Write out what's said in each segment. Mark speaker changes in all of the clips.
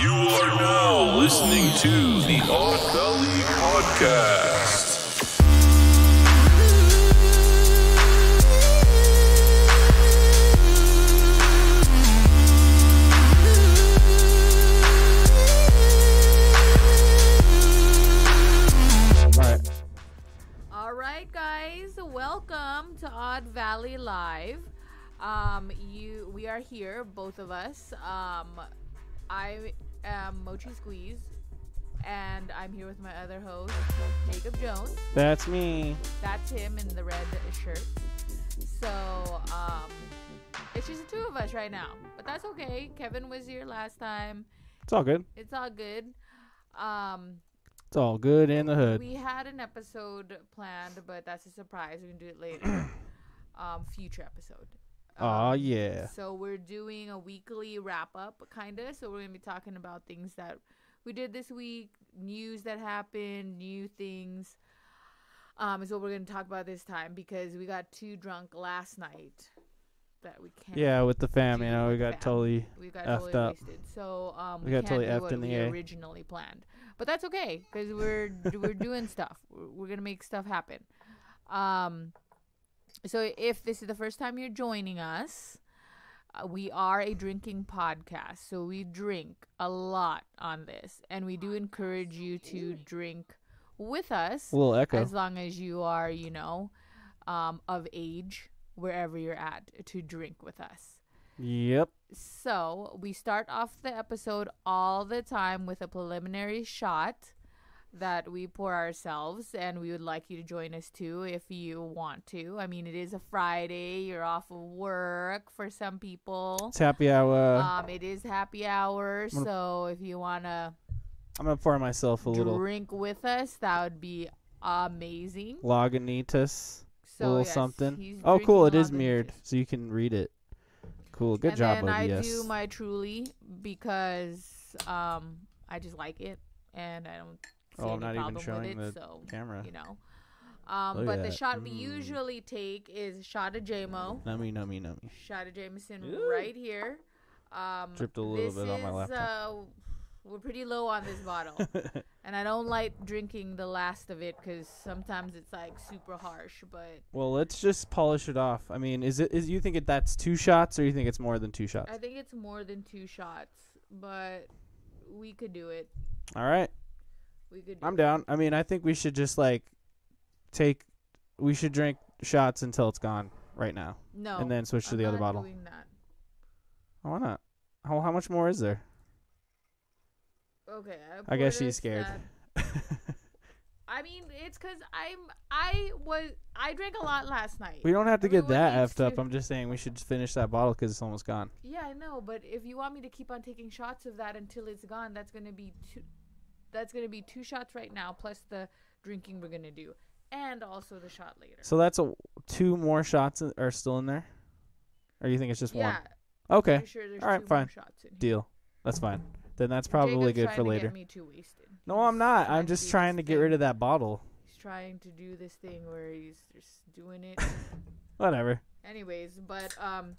Speaker 1: You are now listening to the Odd Valley Podcast.
Speaker 2: Alright.
Speaker 3: All right, guys, welcome to Odd Valley Live. Um, you, we are here, both of us. Um, I am Mochi Squeeze, and I'm here with my other host, Jacob Jones.
Speaker 2: That's me.
Speaker 3: That's him in the red shirt. So, um, it's just the two of us right now, but that's okay. Kevin was here last time.
Speaker 2: It's all good.
Speaker 3: It's all good. Um,
Speaker 2: It's all good in the hood.
Speaker 3: We had an episode planned, but that's a surprise. We can do it later. um, future episode.
Speaker 2: Aw,
Speaker 3: Um,
Speaker 2: yeah.
Speaker 3: So we're doing a weekly wrap up, kind of. So we're gonna be talking about things that we did this week, news that happened, new things. Um, is what we're gonna talk about this time because we got too drunk last night that we can't.
Speaker 2: Yeah, with the fam, you
Speaker 3: Dude,
Speaker 2: know, we
Speaker 3: with the
Speaker 2: got
Speaker 3: fam.
Speaker 2: totally.
Speaker 3: We got
Speaker 2: effed
Speaker 3: totally
Speaker 2: up.
Speaker 3: wasted. So um,
Speaker 2: We got
Speaker 3: can't
Speaker 2: totally
Speaker 3: do
Speaker 2: effed
Speaker 3: what
Speaker 2: in the
Speaker 3: we
Speaker 2: A.
Speaker 3: originally planned, but that's okay because we're we're doing stuff. We're, we're gonna make stuff happen. Um, so if this is the first time you're joining us, uh, we are a drinking podcast, so we drink a lot on this, and we do encourage you to drink with us
Speaker 2: A little echo.
Speaker 3: as long as you are, you know, um, of age wherever you're at to drink with us.
Speaker 2: Yep.
Speaker 3: So we start off the episode all the time with a preliminary shot that we pour ourselves, and we would like you to join us too if you want to. I mean, it is a Friday; you're off of work for some people.
Speaker 2: It's happy hour.
Speaker 3: Um, it is happy hour,
Speaker 2: Uh, gonna-
Speaker 3: so if you wanna
Speaker 2: I'm gonna pour myself a little
Speaker 3: drink with us, that would be amazing.
Speaker 2: Lagunitas,
Speaker 3: So
Speaker 2: a little
Speaker 3: yes, he's
Speaker 2: something. Oh, cool! It
Speaker 3: drinking
Speaker 2: is mirrored,
Speaker 3: Lagunitas.
Speaker 2: so you can read it. Cool. Good
Speaker 3: and
Speaker 2: job,
Speaker 3: then I
Speaker 2: OBS.
Speaker 3: do my truly because um I just like it and I don't see
Speaker 2: Oh, I'm not
Speaker 3: any
Speaker 2: even
Speaker 3: problem
Speaker 2: showing
Speaker 3: with
Speaker 2: the
Speaker 3: it. so
Speaker 2: Camera.
Speaker 3: you know. Um,
Speaker 2: Look at
Speaker 3: but the
Speaker 2: that.
Speaker 3: shot we
Speaker 2: Mm.
Speaker 3: usually take is shot of JMO,
Speaker 2: Nummy, nummy, nummy.
Speaker 3: shot of Jameson
Speaker 2: Ooh.
Speaker 3: right here. Um,
Speaker 2: Dripped a little
Speaker 3: this
Speaker 2: bit on my
Speaker 3: is,
Speaker 2: laptop.
Speaker 3: Uh, we're pretty low on this bottle, and I don't like drinking the last of it because sometimes it's like super harsh. But
Speaker 2: Well, let's just polish it off. I mean, is it? Is you think it, that's two shots, or you think it's more than two shots?
Speaker 3: I think it's more than two shots, but we could do it.
Speaker 2: All right.
Speaker 3: We could. Do
Speaker 2: I'm
Speaker 3: it.
Speaker 2: down. I mean, I think we should just like take. We should drink shots until it's gone right now,
Speaker 3: No.
Speaker 2: and then switch to the
Speaker 3: I'm
Speaker 2: other
Speaker 3: not
Speaker 2: bottle.
Speaker 3: doing that.
Speaker 2: Oh, why not? How, how much more is there?
Speaker 3: Okay. I,
Speaker 2: I guess
Speaker 3: poured
Speaker 2: she's
Speaker 3: us
Speaker 2: scared.
Speaker 3: that. I mean, it's because I'm. I was. I drank a lot last night.
Speaker 2: we don't have to get
Speaker 3: Everyone
Speaker 2: that
Speaker 3: needs
Speaker 2: effed up.
Speaker 3: to-
Speaker 2: I'm just saying we should finish that bottle because it's almost gone.
Speaker 3: Yeah, I know. But if you want me to keep on taking shots of that until it's gone, that's gonna be two. That's gonna be two shots right now, plus the drinking we're gonna do, and also the shot later.
Speaker 2: So that's a two more shots in- are still in there, or you think it's just
Speaker 3: yeah.
Speaker 2: one? Okay,
Speaker 3: Pretty sure there's
Speaker 2: All right,
Speaker 3: two
Speaker 2: fine.
Speaker 3: More shots in here.
Speaker 2: deal. That's fine. Then that's probably
Speaker 3: Jacob's
Speaker 2: good
Speaker 3: trying
Speaker 2: for
Speaker 3: to
Speaker 2: later.
Speaker 3: Get me too wasted.
Speaker 2: No, I'm
Speaker 3: He's
Speaker 2: not.
Speaker 3: trying
Speaker 2: I'm
Speaker 3: to do
Speaker 2: just
Speaker 3: this
Speaker 2: trying to get
Speaker 3: thing.
Speaker 2: rid of that bottle.
Speaker 3: He's trying to do this thing where he's just doing it.
Speaker 2: Whatever.
Speaker 3: Anyways, but um,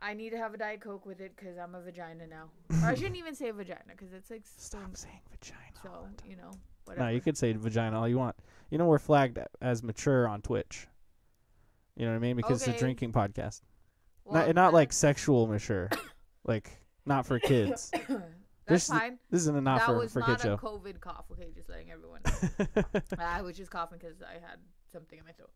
Speaker 3: I need to have a diet coke with it because I'm a vagina now. or I shouldn't even say vagina because it's like
Speaker 2: Stop
Speaker 3: some-
Speaker 2: saying vagina.
Speaker 3: So you know, whatever.
Speaker 2: No, you could say vagina all you want. You know, we're flagged a- as mature on Twitch. You know what I mean? Because it's
Speaker 3: Okay.
Speaker 2: a drinking podcast.
Speaker 3: Well,
Speaker 2: not, not like
Speaker 3: that's-
Speaker 2: sexual mature. like, not for kids.
Speaker 3: that's
Speaker 2: this is-
Speaker 3: fine.
Speaker 2: This isn't a not
Speaker 3: that
Speaker 2: for,
Speaker 3: was
Speaker 2: for
Speaker 3: not
Speaker 2: kid
Speaker 3: a
Speaker 2: show.
Speaker 3: COVID cough. Okay, just letting everyone. know. I was just coughing because I had something in my throat.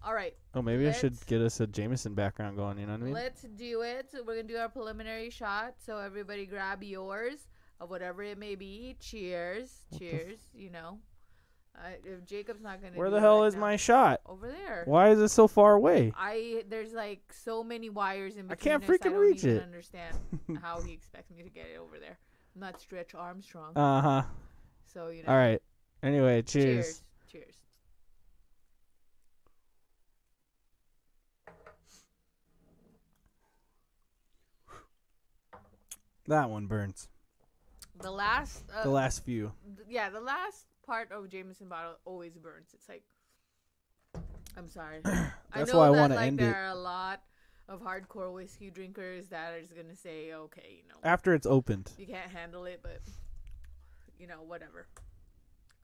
Speaker 3: All right,
Speaker 2: oh, maybe I should
Speaker 3: Let's-
Speaker 2: get us a Jameson background going. You know what I mean?
Speaker 3: let's do it. We're gonna do our preliminary shot. So everybody, grab yours of whatever it may be. Cheers,
Speaker 2: What the f-
Speaker 3: cheers. you know, uh, if Jacob's not gonna.
Speaker 2: Where
Speaker 3: do
Speaker 2: the
Speaker 3: it
Speaker 2: hell
Speaker 3: right
Speaker 2: is
Speaker 3: now-
Speaker 2: my shot?
Speaker 3: Over there.
Speaker 2: Why is it so far away?
Speaker 3: I there's like so many wires in between.
Speaker 2: I can't
Speaker 3: us,
Speaker 2: freaking
Speaker 3: I don't
Speaker 2: reach
Speaker 3: even
Speaker 2: it.
Speaker 3: Understand how he expects me to get it over there? I'm not Stretch Armstrong,
Speaker 2: Uh huh.
Speaker 3: so you know.
Speaker 2: All right. Anyway,
Speaker 3: Cheers.
Speaker 2: cheers.
Speaker 3: Cheers.
Speaker 2: That one burns.
Speaker 3: The last. Uh,
Speaker 2: The last few.
Speaker 3: th- yeah, the last part of Jameson bottle always burns. It's like. I'm sorry. I
Speaker 2: That's
Speaker 3: know
Speaker 2: why I
Speaker 3: that
Speaker 2: wanna
Speaker 3: like
Speaker 2: end
Speaker 3: there
Speaker 2: it.
Speaker 3: are a lot of hardcore whiskey drinkers that are just gonna say, okay, you know,
Speaker 2: After it's opened.
Speaker 3: you can't handle it, but you know, whatever.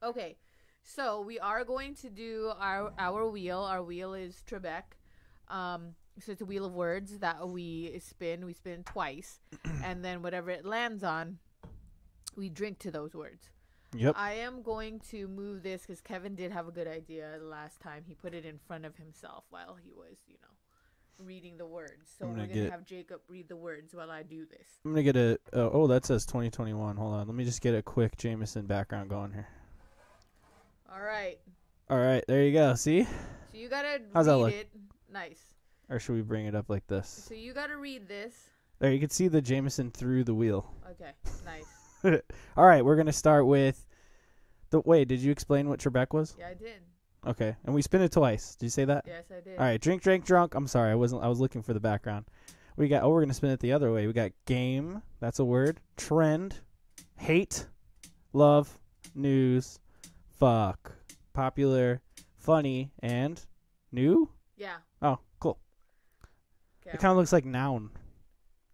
Speaker 3: Okay, so we are going to do our our wheel. Our wheel is Trebek. Um, so it's a wheel of words that we spin. We spin twice, and then whatever it lands on, we drink to those words.
Speaker 2: Yep.
Speaker 3: I am going to move this because Kevin did have a good idea the last time. He put it in front of himself while he was, you know, reading the words. So
Speaker 2: I'm
Speaker 3: we're
Speaker 2: gonna
Speaker 3: gonna
Speaker 2: get-
Speaker 3: have Jacob read the words while I do this.
Speaker 2: I'm gonna get a. Oh, oh, that says 2021. Hold on. Let me just get a quick Jameson background going here.
Speaker 3: All right.
Speaker 2: All right, there you go. See,
Speaker 3: So you gotta
Speaker 2: How's
Speaker 3: read
Speaker 2: that look?
Speaker 3: it. Nice.
Speaker 2: or should we bring it up like this?
Speaker 3: So you gotta read this.
Speaker 2: There, you can see the Jameson through the wheel.
Speaker 3: Okay. Nice.
Speaker 2: All right, we're gonna start with. The wait, did you explain what Trebek was?
Speaker 3: Yeah, I did.
Speaker 2: Okay, and we spin it twice. Did you say that?
Speaker 3: Yes, I did.
Speaker 2: All right, drink, drink, drunk. I'm sorry, I wasn't. I was looking for the background. We got. Oh, we're gonna spin it the other way. We got game. That's a word. Trend, hate, love, news, fuck, popular, funny, and new.
Speaker 3: Yeah.
Speaker 2: Oh, cool.
Speaker 3: Okay.
Speaker 2: It kind of looks like noun.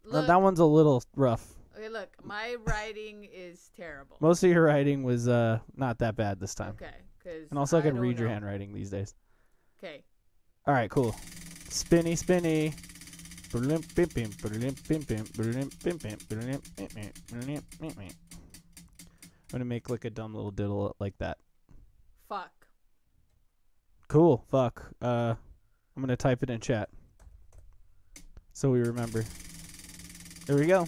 Speaker 2: Th-
Speaker 3: Look.
Speaker 2: That one's a little rough.
Speaker 3: Okay. Look, my writing is terrible.
Speaker 2: Most of your writing was uh not that bad this time.
Speaker 3: Okay. Cause
Speaker 2: And also, I, can
Speaker 3: don't
Speaker 2: read your
Speaker 3: know.
Speaker 2: handwriting these days.
Speaker 3: Okay.
Speaker 2: All right, cool. Spinny, spinny. Brilliant, brilliant, brilliant, brilliant, brilliant, brilliant, brilliant, brilliant, brilliant, brilliant. I'm gonna make like a dumb little diddle like that.
Speaker 3: Fuck.
Speaker 2: Cool. Fuck. Uh, I'm gonna type it in chat so we remember. There we go.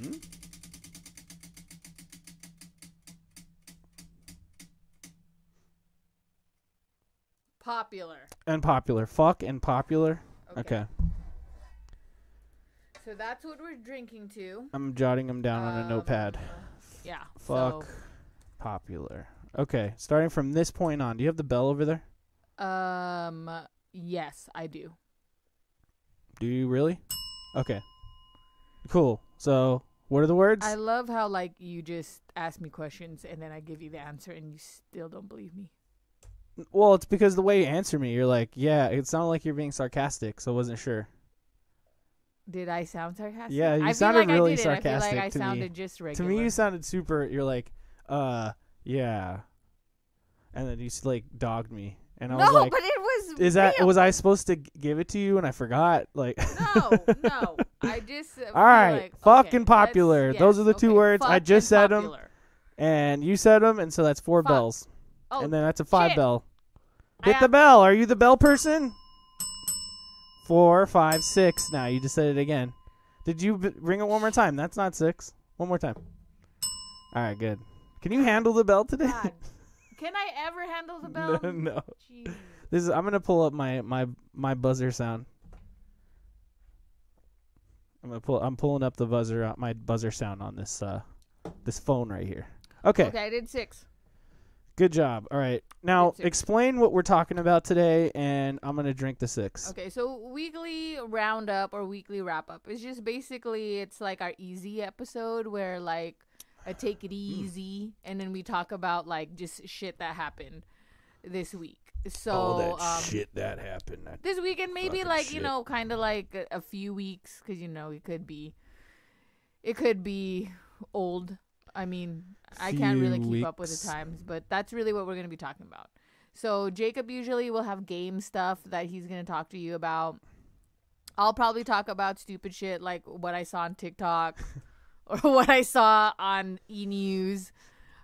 Speaker 2: Hmm?
Speaker 3: Popular.
Speaker 2: Unpopular. Fuck and popular. Okay.
Speaker 3: So that's what we're drinking to.
Speaker 2: I'm jotting them down on a
Speaker 3: Um,
Speaker 2: notepad.
Speaker 3: Yeah.
Speaker 2: Fuck. Popular. Okay. Starting from this point on, do you have the bell over there?
Speaker 3: So, um. Yes, I do.
Speaker 2: Do you really? Okay. Cool. So, what are the words?
Speaker 3: I love how like you just ask me questions and then I give you the answer and you still don't believe me.
Speaker 2: well, it's because the way you answer me, you're like, yeah, it sounded like you're being sarcastic, so I wasn't sure.
Speaker 3: Did I sound sarcastic?
Speaker 2: Yeah, you
Speaker 3: I feel
Speaker 2: sounded
Speaker 3: like
Speaker 2: really
Speaker 3: I did I
Speaker 2: sarcastic
Speaker 3: feel like I
Speaker 2: to me.
Speaker 3: sounded just
Speaker 2: To
Speaker 3: regular.
Speaker 2: me, you sounded super. You're like, uh, yeah, and then you s- like dogged me, and I
Speaker 3: no,
Speaker 2: was like,
Speaker 3: but it was.
Speaker 2: is that
Speaker 3: real.
Speaker 2: was I supposed to g- give it to you and I forgot? Like,
Speaker 3: No, no. I just. uh, feel
Speaker 2: All right,
Speaker 3: like,
Speaker 2: fucking
Speaker 3: okay,
Speaker 2: popular.
Speaker 3: let's-
Speaker 2: Those
Speaker 3: yes,
Speaker 2: are the two
Speaker 3: okay,
Speaker 2: words. I
Speaker 3: fuck
Speaker 2: just
Speaker 3: and
Speaker 2: said 'em.
Speaker 3: popular.
Speaker 2: and you said them, and so that's four
Speaker 3: Fuck.
Speaker 2: bells,
Speaker 3: Oh,
Speaker 2: and then that's a five
Speaker 3: shit.
Speaker 2: bell.
Speaker 3: I
Speaker 2: Hit the
Speaker 3: have-
Speaker 2: bell. Are you the bell person? Four, five, six. Now you just said it again. Did you b- ring it one more time? That's not six. One more time. All right, good. Can you handle the bell today?
Speaker 3: God. Um, Can I ever handle the bell?
Speaker 2: no, no.
Speaker 3: Jeez.
Speaker 2: This is. I'm gonna pull up my my my buzzer sound. I'm gonna pull. I'm pulling up the buzzer. uh, My buzzer sound on this uh, this phone right here. Okay.
Speaker 3: Okay, I did six.
Speaker 2: Good job. All right. Now
Speaker 3: Good job.
Speaker 2: explain what we're talking about today, and I'm gonna drink the six.
Speaker 3: Okay, so weekly roundup or weekly wrap up is just basically it's like our easy episode where like I take
Speaker 2: Hmm.
Speaker 3: it easy and then we talk about like just shit that happened this week. So um,
Speaker 2: that happened. That
Speaker 3: this weekend maybe
Speaker 2: Fucking
Speaker 3: like you
Speaker 2: shit.
Speaker 3: know kind of like a, a few weeks because you know it could be it could be old i mean i can't really keep
Speaker 2: Few
Speaker 3: up with
Speaker 2: weeks.
Speaker 3: the times but that's really what we're going to be talking about so jacob usually will have game stuff that he's going to talk to you about i'll probably talk about stupid shit like what i saw on tiktok or what i saw on e-news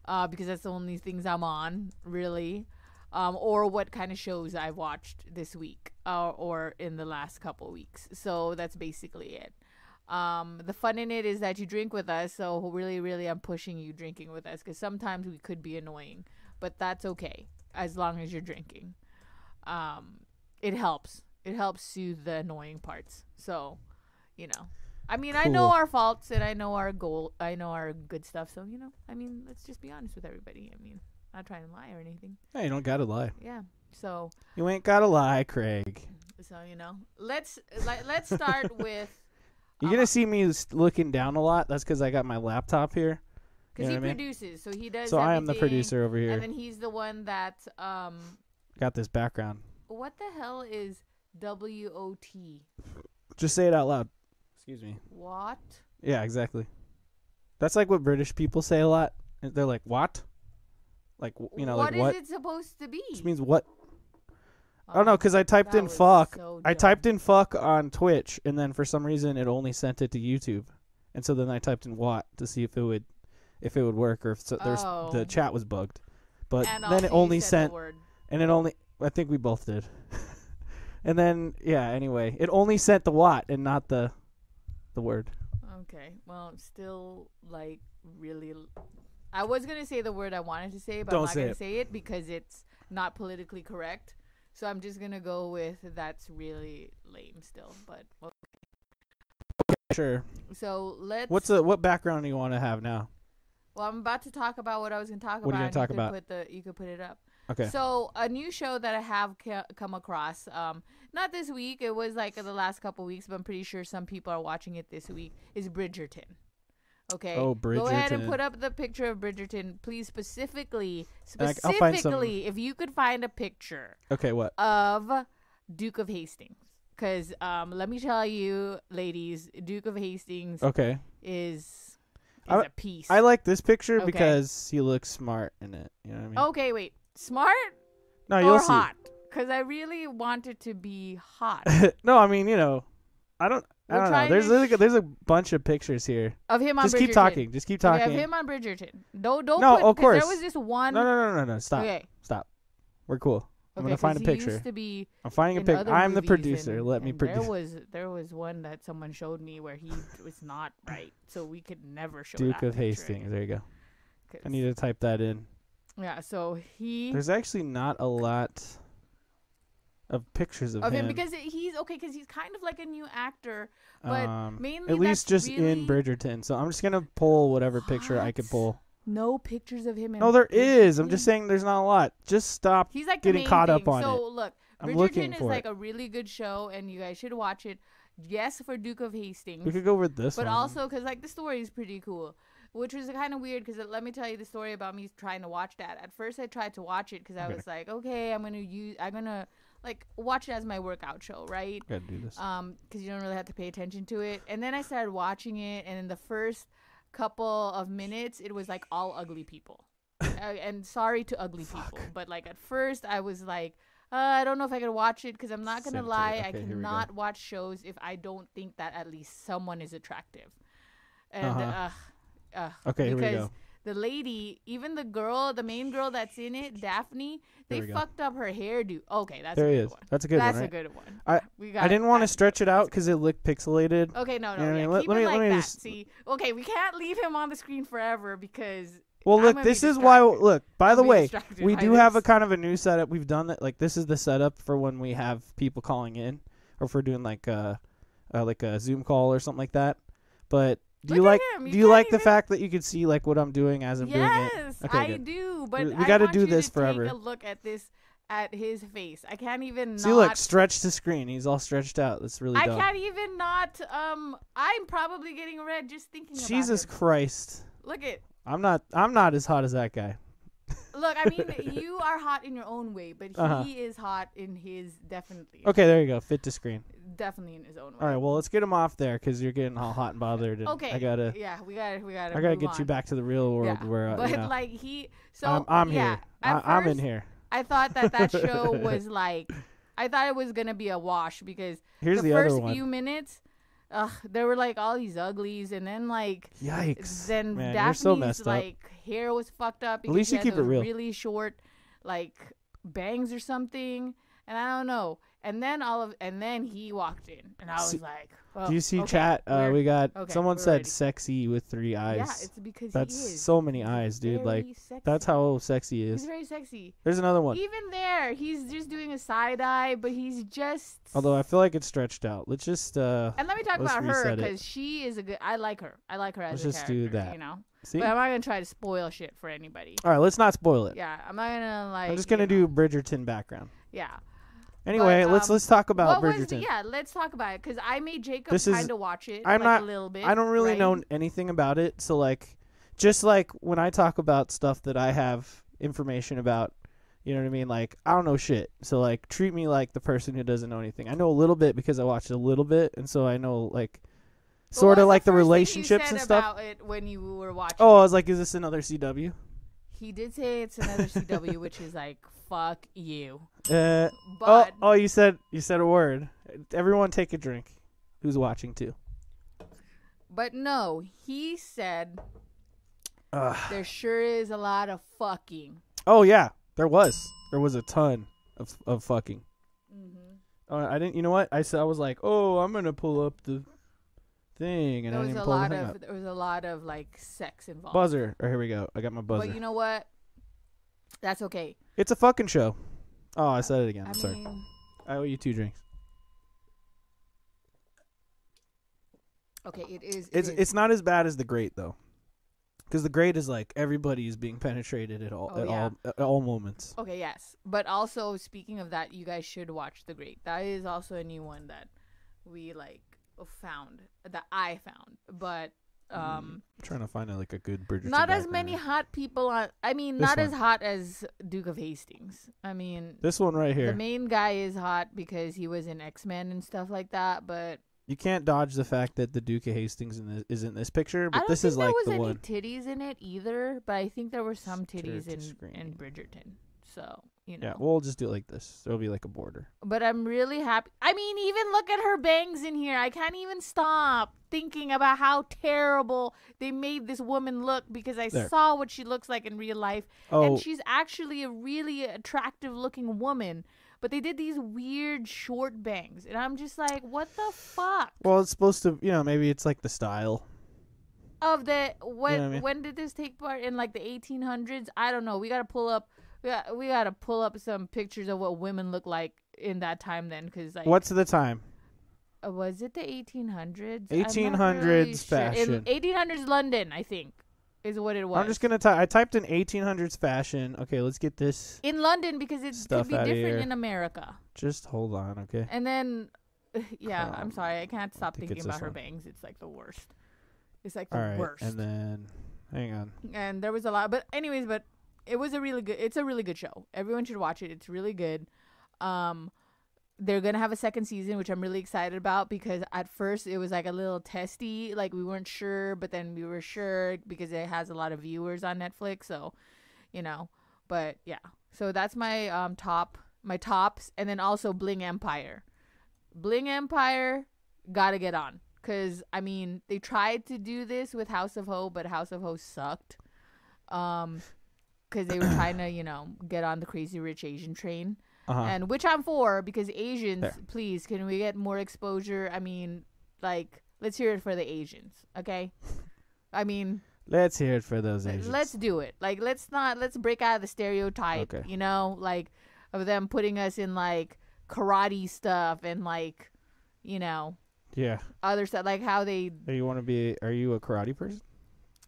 Speaker 3: uh, because that's the only things i'm on really um, or what kind of shows I've watched this week uh, or in the last couple weeks. So that's basically it. Um, the fun in it is that you drink with us. So really, really, I'm pushing you drinking with us because sometimes we could be annoying, but that's okay as long as you're drinking. Um, it helps. It helps soothe the annoying parts. So, you know. I mean, I know
Speaker 2: Cool.
Speaker 3: our faults and I know our goal. I know our good stuff. So, you know, I mean, let's just be honest with everybody. I mean, not trying to lie or anything.
Speaker 2: Hey, you don't gotta lie.
Speaker 3: Yeah. So
Speaker 2: You ain't gotta lie, Craig.
Speaker 3: so you know, let's let, let's start with Uh,
Speaker 2: You're gonna see me s- looking down a lot. That's because I got my laptop here. You
Speaker 3: because
Speaker 2: know
Speaker 3: he
Speaker 2: what I mean?
Speaker 3: produces, so he does.
Speaker 2: So I am the
Speaker 3: everything,
Speaker 2: producer over here.
Speaker 3: and then he's the one that um,
Speaker 2: got this background.
Speaker 3: what the hell is W O T.
Speaker 2: Just say it out loud. Excuse me.
Speaker 3: What?
Speaker 2: Yeah, exactly. That's like what British people say a lot. They're like, "What?" Like w- you know,
Speaker 3: What
Speaker 2: like
Speaker 3: is
Speaker 2: what?
Speaker 3: it supposed to be? Oh,
Speaker 2: Which means what? I don't know because Oh, I typed
Speaker 3: that
Speaker 2: in
Speaker 3: was
Speaker 2: fuck.
Speaker 3: so
Speaker 2: I
Speaker 3: dumb.
Speaker 2: typed in fuck on Twitch, and then for some reason it only sent it to YouTube, and so then I typed in what to see if it would, if it would work or if so there's
Speaker 3: Oh.
Speaker 2: the chat was bugged, but
Speaker 3: And
Speaker 2: then
Speaker 3: also
Speaker 2: it
Speaker 3: you
Speaker 2: only
Speaker 3: said the
Speaker 2: sent
Speaker 3: word.
Speaker 2: and it only I think we both did, and then yeah anyway it only sent the what and not the, the word.
Speaker 3: Okay. Well, I'm still like really. l- I was gonna say the word I wanted to say, but
Speaker 2: Don't
Speaker 3: I'm not
Speaker 2: say
Speaker 3: gonna
Speaker 2: it.
Speaker 3: say it because it's not politically correct. So I'm just gonna go with that's really lame still. But well,
Speaker 2: Sure.
Speaker 3: so let's.
Speaker 2: What's the what background do you want to have now?
Speaker 3: Well, I'm about to talk about what I was gonna talk
Speaker 2: What are you
Speaker 3: about.
Speaker 2: gonna
Speaker 3: and
Speaker 2: talk about?
Speaker 3: Could put the you could put it up.
Speaker 2: Okay.
Speaker 3: So a new show that I have ca- come across, um, not this week. It was like the last couple weeks, but I'm pretty sure some people are watching it this week. Is Bridgerton? Okay.
Speaker 2: Oh,
Speaker 3: Go ahead and
Speaker 2: Bridgerton.
Speaker 3: put up the picture of Bridgerton, please. Specifically,
Speaker 2: Like, I'll find some-
Speaker 3: specifically, if you could find a picture
Speaker 2: okay. What?
Speaker 3: of Duke of Hastings, because um, let me tell you, ladies, Duke of Hastings
Speaker 2: Okay.
Speaker 3: is is
Speaker 2: Oh. I-
Speaker 3: a piece.
Speaker 2: I like this picture
Speaker 3: Okay.
Speaker 2: because he looks smart in it. You know what I mean?
Speaker 3: okay, wait, smart.
Speaker 2: no, you'll
Speaker 3: or
Speaker 2: see.
Speaker 3: hot because I really want it to be hot
Speaker 2: no, I mean, you know, I don't.
Speaker 3: We're
Speaker 2: I don't know.
Speaker 3: trying
Speaker 2: There's
Speaker 3: to
Speaker 2: like a,
Speaker 3: sh-
Speaker 2: there's a bunch of pictures here.
Speaker 3: of him on
Speaker 2: Just
Speaker 3: Bridgerton.
Speaker 2: keep talking. Just keep talking.
Speaker 3: Okay, of him on Bridgerton. Don't don't
Speaker 2: No,
Speaker 3: put,
Speaker 2: of
Speaker 3: 'cause
Speaker 2: course.
Speaker 3: There was this one.
Speaker 2: no, no, no, no, no. Stop.
Speaker 3: Okay.
Speaker 2: Stop. We're cool. I'm
Speaker 3: okay,
Speaker 2: gonna
Speaker 3: 'cause
Speaker 2: find a
Speaker 3: he
Speaker 2: picture.
Speaker 3: Used to be
Speaker 2: I'm finding a
Speaker 3: in
Speaker 2: picture.
Speaker 3: other
Speaker 2: I'm the
Speaker 3: movies
Speaker 2: producer.
Speaker 3: and-
Speaker 2: Let me
Speaker 3: and There
Speaker 2: produce.
Speaker 3: was there was one that someone showed me where he was not right, so we could never show
Speaker 2: Duke
Speaker 3: that
Speaker 2: of
Speaker 3: picture
Speaker 2: Hastings. There you go.
Speaker 3: 'cause-
Speaker 2: I need to type that in.
Speaker 3: Yeah, so he
Speaker 2: There's actually not a lot of pictures of,
Speaker 3: of him because he's okay because he's kind of like a new actor, but
Speaker 2: um,
Speaker 3: mainly
Speaker 2: at least
Speaker 3: that's
Speaker 2: just
Speaker 3: really
Speaker 2: in Bridgerton. So I'm just gonna pull whatever picture I
Speaker 3: What?
Speaker 2: can pull.
Speaker 3: No pictures of him. in
Speaker 2: No, there is. I'm
Speaker 3: Bridgerton.
Speaker 2: just saying there's not a lot. Just stop.
Speaker 3: He's like the
Speaker 2: getting
Speaker 3: main
Speaker 2: caught
Speaker 3: thing.
Speaker 2: up on
Speaker 3: so look,
Speaker 2: I'm looking
Speaker 3: Bridgerton is
Speaker 2: for
Speaker 3: like
Speaker 2: it.
Speaker 3: a really good show, and you guys should watch it. Yes, for Duke of Hastings,
Speaker 2: We could go with this
Speaker 3: but
Speaker 2: one.
Speaker 3: also because like the story is pretty cool, which was kind of weird. Because let me tell you the story about me trying to watch that. At first, I tried to watch it because I
Speaker 2: Okay.
Speaker 3: was like, okay, I'm gonna use, I'm gonna like watch it as my workout show, right?
Speaker 2: gotta do this.
Speaker 3: um because you don't really have to pay attention to it and then i started watching it and in the first couple of minutes it was like all ugly people uh, and sorry to ugly people but like at first i was like uh, i don't know if i could watch it because i'm not gonna
Speaker 2: Sent it.
Speaker 3: lie i
Speaker 2: Okay, here we go.
Speaker 3: cannot watch shows if i don't think that at least someone is attractive and uh
Speaker 2: Uh-huh.
Speaker 3: uh,
Speaker 2: Okay, here we
Speaker 3: because
Speaker 2: go.
Speaker 3: the lady even the girl the main girl that's in it daphne they
Speaker 2: we go.
Speaker 3: fucked up her hairdo okay that's
Speaker 2: there
Speaker 3: a
Speaker 2: he
Speaker 3: good
Speaker 2: is.
Speaker 3: one
Speaker 2: That's a good
Speaker 3: that's
Speaker 2: one.
Speaker 3: a
Speaker 2: Right?
Speaker 3: good one
Speaker 2: I-
Speaker 3: we
Speaker 2: I didn't want to
Speaker 3: that.
Speaker 2: stretch it out because it looked pixelated.
Speaker 3: Okay, no,
Speaker 2: You know what
Speaker 3: no,
Speaker 2: I
Speaker 3: yeah.
Speaker 2: mean? Let-
Speaker 3: Keep
Speaker 2: let
Speaker 3: it
Speaker 2: me-
Speaker 3: like
Speaker 2: let me
Speaker 3: that.
Speaker 2: just-
Speaker 3: See, okay, we can't leave him on the screen forever because.
Speaker 2: well,
Speaker 3: I'm
Speaker 2: look,
Speaker 3: gonna be
Speaker 2: this is why.
Speaker 3: distracted.
Speaker 2: Look, by
Speaker 3: I'm
Speaker 2: the
Speaker 3: being
Speaker 2: way,
Speaker 3: distracted
Speaker 2: we
Speaker 3: by
Speaker 2: do have a
Speaker 3: this.
Speaker 2: kind of a new setup. We've done that. Like this is the setup for when we have people calling in, or if we're doing like a, uh, like a Zoom call or something like that. But do
Speaker 3: Look
Speaker 2: you
Speaker 3: at
Speaker 2: like
Speaker 3: him. You
Speaker 2: do you
Speaker 3: can't
Speaker 2: like the
Speaker 3: even-
Speaker 2: fact that you can see like what I'm doing as I'm doing it?
Speaker 3: yes,
Speaker 2: Okay,
Speaker 3: I
Speaker 2: good.
Speaker 3: do, but
Speaker 2: We- we
Speaker 3: I
Speaker 2: gotta
Speaker 3: want
Speaker 2: do
Speaker 3: you
Speaker 2: this
Speaker 3: to
Speaker 2: forever.
Speaker 3: Take a look at this, at his face. I can't even.
Speaker 2: See,
Speaker 3: not,
Speaker 2: look, stretch to screen. He's all stretched out. That's really
Speaker 3: I
Speaker 2: dumb.
Speaker 3: can't even not. Um, I'm probably getting red just thinking
Speaker 2: Jesus
Speaker 3: about him.
Speaker 2: Christ,
Speaker 3: Look at.
Speaker 2: I'm not. I'm not as hot as that guy.
Speaker 3: Look, I mean, you are hot in your own way, but
Speaker 2: Uh-huh.
Speaker 3: he is hot in his definitely,
Speaker 2: Okay, there you go. Fit to screen.
Speaker 3: definitely in his own way.
Speaker 2: All right, well, let's get him off there because you're getting all hot and bothered. And
Speaker 3: Okay.
Speaker 2: I gotta,
Speaker 3: Yeah, we gotta. We gotta.
Speaker 2: I gotta
Speaker 3: move
Speaker 2: get you
Speaker 3: on.
Speaker 2: back to the real world
Speaker 3: Yeah.
Speaker 2: where uh,
Speaker 3: but
Speaker 2: you know,
Speaker 3: like he. So
Speaker 2: I'm, I'm
Speaker 3: yeah,
Speaker 2: here.
Speaker 3: at
Speaker 2: I, I'm in
Speaker 3: first,
Speaker 2: here.
Speaker 3: I thought that that show was like, I thought it was gonna be a wash because
Speaker 2: Here's the,
Speaker 3: first
Speaker 2: other one.
Speaker 3: few minutes, ugh, there were like all these uglies, and then like
Speaker 2: Yikes!
Speaker 3: then
Speaker 2: Man, you're
Speaker 3: Daphne's
Speaker 2: so messed up.
Speaker 3: like hair was fucked up. because
Speaker 2: least
Speaker 3: she
Speaker 2: you
Speaker 3: had
Speaker 2: keep it
Speaker 3: those
Speaker 2: real.
Speaker 3: Really short, like bangs or something, and I don't know. And then all of and then he walked in, and I was
Speaker 2: See-
Speaker 3: like, oh,
Speaker 2: Do you see
Speaker 3: okay,
Speaker 2: chat? Uh,
Speaker 3: we're-
Speaker 2: we got
Speaker 3: okay,
Speaker 2: someone
Speaker 3: we're
Speaker 2: said
Speaker 3: ready.
Speaker 2: "sexy" with three eyes.
Speaker 3: Yeah, it's because
Speaker 2: that's
Speaker 3: he is.
Speaker 2: so many
Speaker 3: He's
Speaker 2: eyes, dude. Like
Speaker 3: very sexy.
Speaker 2: that's how sexy he
Speaker 3: he's
Speaker 2: is.
Speaker 3: very sexy.
Speaker 2: There's another one.
Speaker 3: Even there, he's just doing a side eye, but he's just.
Speaker 2: Although I feel like it's stretched out. Let's just uh,
Speaker 3: and let me talk
Speaker 2: let's
Speaker 3: about her
Speaker 2: reset it.
Speaker 3: because she is a good. I like her. I like her as
Speaker 2: Let's
Speaker 3: a
Speaker 2: just
Speaker 3: character.
Speaker 2: do that.
Speaker 3: You know,
Speaker 2: see.
Speaker 3: but
Speaker 2: All
Speaker 3: I'm not gonna try to spoil shit for anybody.
Speaker 2: right, let's not spoil it.
Speaker 3: Yeah, I'm not gonna like.
Speaker 2: I'm just
Speaker 3: you
Speaker 2: gonna
Speaker 3: know.
Speaker 2: do Bridgerton background.
Speaker 3: Yeah.
Speaker 2: Anyway, let's
Speaker 3: um,
Speaker 2: let's talk about
Speaker 3: what
Speaker 2: Bridgerton.
Speaker 3: was? The, yeah, let's talk about it because I made Jacob
Speaker 2: This is-
Speaker 3: kind of watch it.
Speaker 2: I'm
Speaker 3: like,
Speaker 2: not-
Speaker 3: a little bit.
Speaker 2: I don't really
Speaker 3: right?
Speaker 2: know n- anything about it. So like, just like when I talk about stuff that I have information about, You know what I mean? Like I don't know shit. So like treat me like the person who doesn't know anything. I know a little bit because I watched a little bit, and so I know like
Speaker 3: What
Speaker 2: sort
Speaker 3: was
Speaker 2: of like the,
Speaker 3: first thing you
Speaker 2: relationships
Speaker 3: said
Speaker 2: and stuff.
Speaker 3: About it when you were watching.
Speaker 2: Oh, I was like, is this another CW?
Speaker 3: He did say it's another CW, which is like fuck you.
Speaker 2: Uh, oh,
Speaker 3: But
Speaker 2: oh, you said you said a word. Everyone take a drink. Who's watching too?
Speaker 3: but no, he said
Speaker 2: Ugh.
Speaker 3: there sure is a lot of fucking.
Speaker 2: Oh yeah, there was. There was a ton of of fucking.
Speaker 3: Mm-hmm.
Speaker 2: Uh, I didn't. You know what? I said I was like, oh, I'm gonna pull up the thing, and
Speaker 3: There
Speaker 2: I
Speaker 3: was
Speaker 2: didn't
Speaker 3: a
Speaker 2: pull the
Speaker 3: lot
Speaker 2: thing
Speaker 3: of
Speaker 2: up.
Speaker 3: there was a lot of like sex involved.
Speaker 2: Buzzer. Oh, here we go. I got my buzzer.
Speaker 3: But you know what? That's okay.
Speaker 2: it's a fucking show. Oh, I said it again.
Speaker 3: I
Speaker 2: I'm sorry.
Speaker 3: mean,
Speaker 2: I owe you two drinks.
Speaker 3: okay, it is.
Speaker 2: It's
Speaker 3: it is.
Speaker 2: it's not as bad as the Great though, because the Great is like everybody is being penetrated at all
Speaker 3: Oh,
Speaker 2: at
Speaker 3: yeah.
Speaker 2: all at all moments.
Speaker 3: Okay, yes. But also speaking of that, you guys should watch The Great. That is also a new one that we like found that I found. But um
Speaker 2: I'm trying to find like Mm, a good Bridgerton.
Speaker 3: not as
Speaker 2: background.
Speaker 3: many hot people on I mean
Speaker 2: This
Speaker 3: not as
Speaker 2: one.
Speaker 3: hot as Duke of Hastings. I mean
Speaker 2: This one right
Speaker 3: the
Speaker 2: here.
Speaker 3: main guy is hot because he was in X-Men and stuff like that, but
Speaker 2: You can't dodge the fact that the Duke of Hastings in this, is in this picture,
Speaker 3: I
Speaker 2: but
Speaker 3: don't
Speaker 2: this
Speaker 3: think
Speaker 2: is
Speaker 3: there
Speaker 2: like
Speaker 3: was
Speaker 2: the
Speaker 3: any
Speaker 2: one.
Speaker 3: titties in it either, but I think there were some
Speaker 2: Share
Speaker 3: titties
Speaker 2: to
Speaker 3: in in
Speaker 2: screen.
Speaker 3: Bridgerton. So, you know.
Speaker 2: Yeah, we'll just do it like this. It'll be like a border.
Speaker 3: but I'm really happy. I mean, even look at her bangs in here. I can't even stop thinking about how terrible they made this woman look because I
Speaker 2: There.
Speaker 3: saw what she looks like in real life.
Speaker 2: Oh.
Speaker 3: And she's actually a really attractive looking woman. But they did these weird short bangs. And I'm just like, what the fuck?
Speaker 2: Well, it's supposed to, you know, maybe it's like the style.
Speaker 3: Of the when
Speaker 2: I mean?
Speaker 3: when did this take part in like the 1800s? I don't know. We gotta pull up. We got we gotta pull up some pictures of what women look like in that time then, because like
Speaker 2: What's the time?
Speaker 3: Uh, was it the 1800s?
Speaker 2: 1800s fashion.
Speaker 3: Eighteen hundreds London, I think, is what it was.
Speaker 2: I'm just gonna type. I typed in 1800s fashion. Okay, let's get this.
Speaker 3: in London because it
Speaker 2: Stuff
Speaker 3: could be
Speaker 2: outta
Speaker 3: different
Speaker 2: here.
Speaker 3: in America.
Speaker 2: Just hold on, okay.
Speaker 3: And then, yeah, I'm
Speaker 2: Um,
Speaker 3: sorry, I can't stop
Speaker 2: think
Speaker 3: thinking
Speaker 2: it's
Speaker 3: about
Speaker 2: this
Speaker 3: her
Speaker 2: one.
Speaker 3: bangs. It's like the worst. It's like the
Speaker 2: All right,
Speaker 3: worst. Mm,
Speaker 2: and then hang on.
Speaker 3: and there was a lot but anyways but it was a really good it's a really good show everyone should watch it it's really good um they're gonna have a second season which i'm really excited about because at first it was like a little testy like we weren't sure but then we were sure because it has a lot of viewers on netflix so you know but yeah so that's my um top my tops and then also bling empire bling empire gotta get on because i mean they tried to do this with house of ho but house of ho sucked um because they were trying to you know get on the crazy rich asian train
Speaker 2: Uh-huh.
Speaker 3: and which i'm for because asians
Speaker 2: There.
Speaker 3: please can we get more exposure i mean like let's hear it for the asians okay i mean
Speaker 2: Let's hear it for those Asians.
Speaker 3: let's do it like let's not let's break out of the stereotype
Speaker 2: Okay.
Speaker 3: you know like of them putting us in like karate stuff and like you know
Speaker 2: Yeah.
Speaker 3: other stuff like how they
Speaker 2: Do you want to be? Are you a karate person?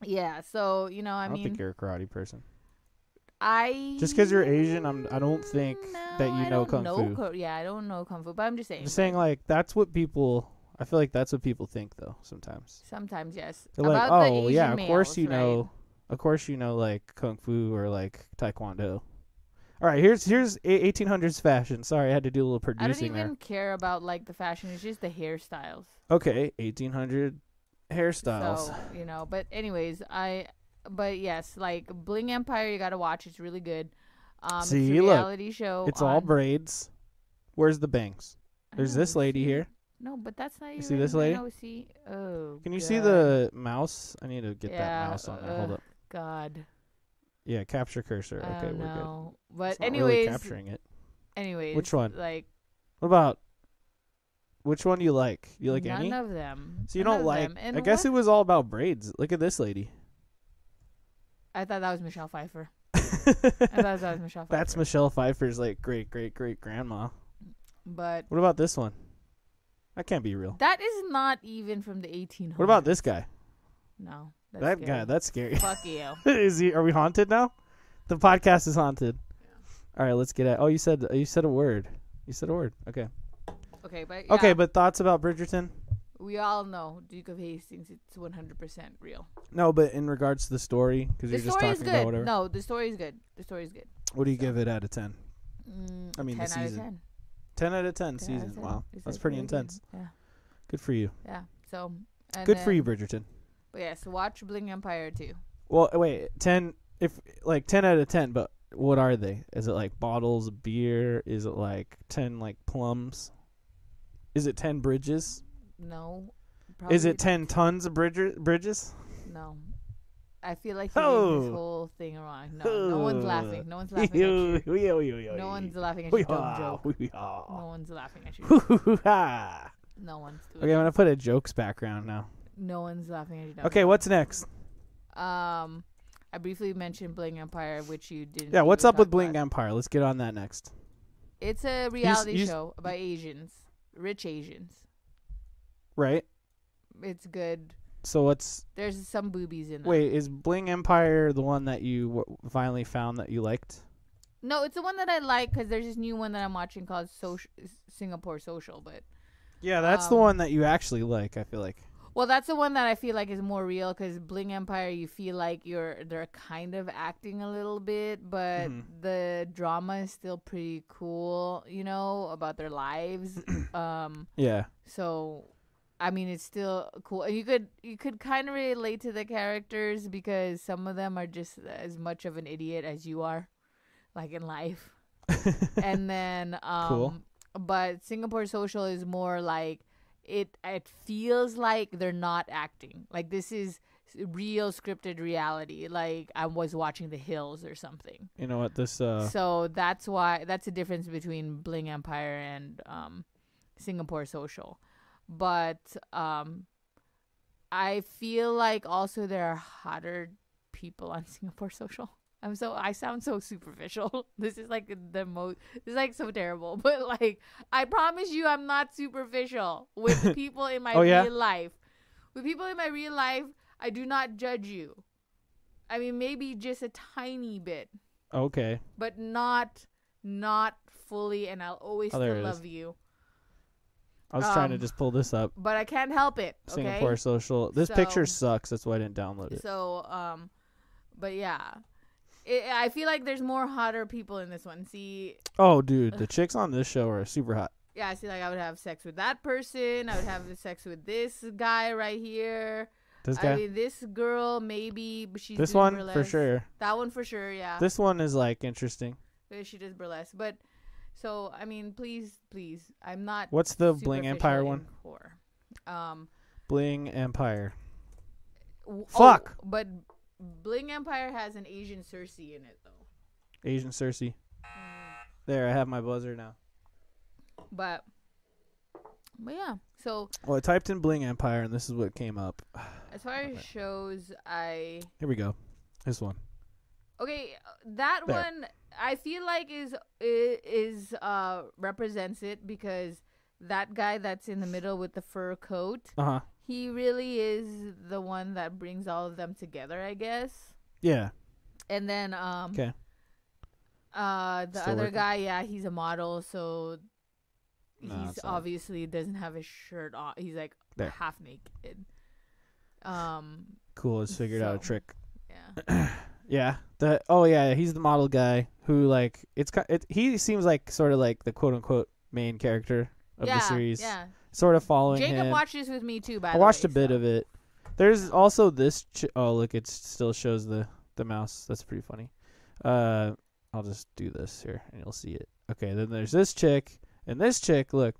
Speaker 3: yeah so you know i,
Speaker 2: I, don't
Speaker 3: mean
Speaker 2: think you're a karate person.
Speaker 3: i
Speaker 2: Just 'cause you're Asian, I'm- I don't think
Speaker 3: No,
Speaker 2: that you
Speaker 3: I
Speaker 2: know
Speaker 3: don't
Speaker 2: kung
Speaker 3: know
Speaker 2: fu.
Speaker 3: kung- yeah i don't know kung fu but i'm just saying
Speaker 2: I'm just saying, like that's what people. I feel like that's what people think though. Sometimes
Speaker 3: sometimes yes
Speaker 2: they're like,
Speaker 3: About the
Speaker 2: "Oh
Speaker 3: Asian
Speaker 2: yeah, of course
Speaker 3: males,
Speaker 2: you
Speaker 3: right?
Speaker 2: know, of course you know like kung fu or like taekwondo." All right, here's here's a- 1800s fashion. Sorry, I had to do a little
Speaker 3: i don't
Speaker 2: producing
Speaker 3: even care about like the fashion it's just the hairstyles
Speaker 2: there. Okay, 1800 hairstyles.
Speaker 3: So, you know, but anyways, I but yes, like Bling Empire you got to watch. It's really good. Um it's
Speaker 2: See,
Speaker 3: a
Speaker 2: look,
Speaker 3: reality show.
Speaker 2: it's all
Speaker 3: on-
Speaker 2: braids. Where's the bangs?
Speaker 3: I
Speaker 2: There's
Speaker 3: know,
Speaker 2: this lady
Speaker 3: see?
Speaker 2: here.
Speaker 3: No, but that's not you.
Speaker 2: see this lady?
Speaker 3: see. Oh.
Speaker 2: Can you see
Speaker 3: God.
Speaker 2: the mouse? I need to get
Speaker 3: Yeah, uh.
Speaker 2: that mouse on there. Hold
Speaker 3: ugh,
Speaker 2: up.
Speaker 3: God.
Speaker 2: Yeah, capture cursor.
Speaker 3: I
Speaker 2: Okay,
Speaker 3: don't
Speaker 2: we're good.
Speaker 3: know. Oh, But
Speaker 2: It's not
Speaker 3: anyways,
Speaker 2: really capturing it.
Speaker 3: anyways,
Speaker 2: one?
Speaker 3: Like
Speaker 2: What about which one do you like? You like
Speaker 3: none
Speaker 2: any?
Speaker 3: of them.
Speaker 2: So you
Speaker 3: None
Speaker 2: don't
Speaker 3: of
Speaker 2: like?
Speaker 3: them. And
Speaker 2: I guess
Speaker 3: what-
Speaker 2: it was all about braids. Look at this lady.
Speaker 3: I thought that was Michelle Pfeiffer. I
Speaker 2: That's
Speaker 3: thought that was Michelle Pfeiffer.
Speaker 2: Michelle Pfeiffer's like great great great grandma.
Speaker 3: But
Speaker 2: What about this one? That can't be real.
Speaker 3: that is not even from the 1800s.
Speaker 2: What about this guy?
Speaker 3: No. That's
Speaker 2: That
Speaker 3: scary.
Speaker 2: guy. That's scary.
Speaker 3: Fuck you.
Speaker 2: is he? Are we haunted now? The podcast is haunted. All right, let's get at. Oh, you said you said a word. You said a word. Okay.
Speaker 3: Okay, but
Speaker 2: Okay,
Speaker 3: yeah,
Speaker 2: but thoughts about Bridgerton?
Speaker 3: we all know Duke of Hastings. It's one hundred percent real.
Speaker 2: No, but in regards to the story, because
Speaker 3: The
Speaker 2: you're just
Speaker 3: story
Speaker 2: talking
Speaker 3: is
Speaker 2: about
Speaker 3: good.
Speaker 2: whatever.
Speaker 3: No, the story is good. The story is good.
Speaker 2: What do you give it out of ten?
Speaker 3: Mm,
Speaker 2: I mean, the
Speaker 3: 10 out of
Speaker 2: season.
Speaker 3: 10.
Speaker 2: Ten out of ten
Speaker 3: 10 out of
Speaker 2: season.
Speaker 3: 10.
Speaker 2: Wow,
Speaker 3: It's
Speaker 2: that's
Speaker 3: like
Speaker 2: pretty
Speaker 3: really good.
Speaker 2: intense.
Speaker 3: Yeah.
Speaker 2: Good for you.
Speaker 3: Yeah. So. and
Speaker 2: Good for
Speaker 3: then-
Speaker 2: you, Bridgerton.
Speaker 3: But yes, watch Bling Empire too.
Speaker 2: Well, wait, ten. If like ten out of ten, but what are they? Is it like bottles of beer? Is it like ten like plums? Is it ten bridges?
Speaker 3: No.
Speaker 2: Is it
Speaker 3: probably-
Speaker 2: ten tons of bridger, bridges?
Speaker 3: No. I feel like you're reading
Speaker 2: Oh.
Speaker 3: this whole thing wrong. No, no one's laughing. No one's laughing at you. No one's laughing at your dumb joke. No one's laughing at you.
Speaker 2: Okay,
Speaker 3: No one's doing.
Speaker 2: I'm
Speaker 3: it.
Speaker 2: gonna put a jokes background now.
Speaker 3: No one's laughing at you. dumb
Speaker 2: Okay, what's next?
Speaker 3: joke. Um, I briefly mentioned Bling Empire, which you didn't.
Speaker 2: Yeah,
Speaker 3: really
Speaker 2: what's up with
Speaker 3: talk
Speaker 2: Bling
Speaker 3: about.
Speaker 2: Empire? Let's get on that next.
Speaker 3: It's a reality
Speaker 2: you s-
Speaker 3: show about Asians, rich Asians.
Speaker 2: Right.
Speaker 3: It's good.
Speaker 2: So what's
Speaker 3: There's some boobies in there.
Speaker 2: wait? Is Bling Empire the one that you w- finally found that you liked?
Speaker 3: No, it's the one that I like because there's this new one that I'm watching called Social Singapore Social, but
Speaker 2: Yeah, that's the
Speaker 3: Um,
Speaker 2: one that you actually like. I feel like.
Speaker 3: Well, that's the one that I feel like is more real because Bling Empire, you feel like you're they're kind of acting a little bit, but the drama is still pretty cool, you know, about their lives. um,
Speaker 2: Yeah.
Speaker 3: so, I mean, it's still cool, and you could you could kind of relate to the characters because some of them are just as much of an idiot as you are, like in life and then um
Speaker 2: Cool.
Speaker 3: but Singapore Social is more like it it feels like they're not acting. Like this is s- real scripted reality. Like I was watching The Hills or something.
Speaker 2: you know what? This uh,
Speaker 3: so that's why that's the difference between Bling Empire and um Singapore Social. But um I feel like also there are hotter people on Singapore Social. I'm so I sound so superficial. This is like the most this is like so terrible. But like I promise you I'm not superficial with people in my
Speaker 2: Oh, yeah?
Speaker 3: real life. With people in my real life, I do not judge you. I mean maybe just a tiny bit,
Speaker 2: okay.
Speaker 3: but not not fully and I'll always
Speaker 2: Oh, there
Speaker 3: still
Speaker 2: it is.
Speaker 3: love you.
Speaker 2: I was trying to
Speaker 3: Um,
Speaker 2: just pull this up.
Speaker 3: But I can't help it. Okay.
Speaker 2: Singapore social. This picture
Speaker 3: So-
Speaker 2: sucks. That's why I didn't download it.
Speaker 3: So, um, but yeah, it, I feel like there's more hotter people in this one. See,
Speaker 2: Oh, dude, the chicks on this show are super hot.
Speaker 3: yeah, I see, like I would have sex with that person. I would have sex with this guy right here.
Speaker 2: This
Speaker 3: I
Speaker 2: guy,
Speaker 3: mean, this girl maybe, but she's
Speaker 2: this
Speaker 3: doing
Speaker 2: one for
Speaker 3: burlesque.
Speaker 2: sure.
Speaker 3: That one for sure, yeah.
Speaker 2: This one is like interesting.
Speaker 3: Yeah, she does burlesque, but so I mean, please, please, I'm not.
Speaker 2: What's the Bling
Speaker 3: superficial
Speaker 2: Empire
Speaker 3: in
Speaker 2: one?
Speaker 3: Horror. Um,
Speaker 2: Bling Empire.
Speaker 3: w- oh,
Speaker 2: Fuck.
Speaker 3: but Bling Empire has an Asian Circe in it though.
Speaker 2: Asian Cersei.
Speaker 3: Mm.
Speaker 2: There, I have my buzzer now.
Speaker 3: But but yeah. So
Speaker 2: Well, I typed in Bling Empire, and this is what came up.
Speaker 3: as far as shows, I
Speaker 2: Here we go. This one.
Speaker 3: okay uh, that
Speaker 2: There.
Speaker 3: one I feel like is i- is uh represents it because that guy that's in the middle with the fur coat,
Speaker 2: Uh huh.
Speaker 3: he really is the one that brings all of them together, I guess.
Speaker 2: Yeah.
Speaker 3: And then um
Speaker 2: 'Kay.
Speaker 3: Uh, the
Speaker 2: Still
Speaker 3: other
Speaker 2: working.
Speaker 3: guy, yeah, he's a model, so
Speaker 2: No,
Speaker 3: he's
Speaker 2: it's not.
Speaker 3: obviously doesn't have his shirt on. He's like
Speaker 2: There.
Speaker 3: half naked. Um,
Speaker 2: Cool. It's figured out a
Speaker 3: So-
Speaker 2: trick.
Speaker 3: yeah,
Speaker 2: Yeah. The oh yeah, he's the model guy who like it's ki- it, he seems like sort of like the quote unquote main character of
Speaker 3: yeah,
Speaker 2: the series.
Speaker 3: Yeah,
Speaker 2: Sort of following
Speaker 3: Jacob
Speaker 2: him.
Speaker 3: watched this with me too. By
Speaker 2: I
Speaker 3: the
Speaker 2: watched
Speaker 3: way,
Speaker 2: a bit
Speaker 3: so-
Speaker 2: of it. There's also this. Ch- oh look, it still shows the the mouse. That's pretty funny. Uh, I'll just do this here, and you'll see it. Okay. Then there's this chick and this chick. Look,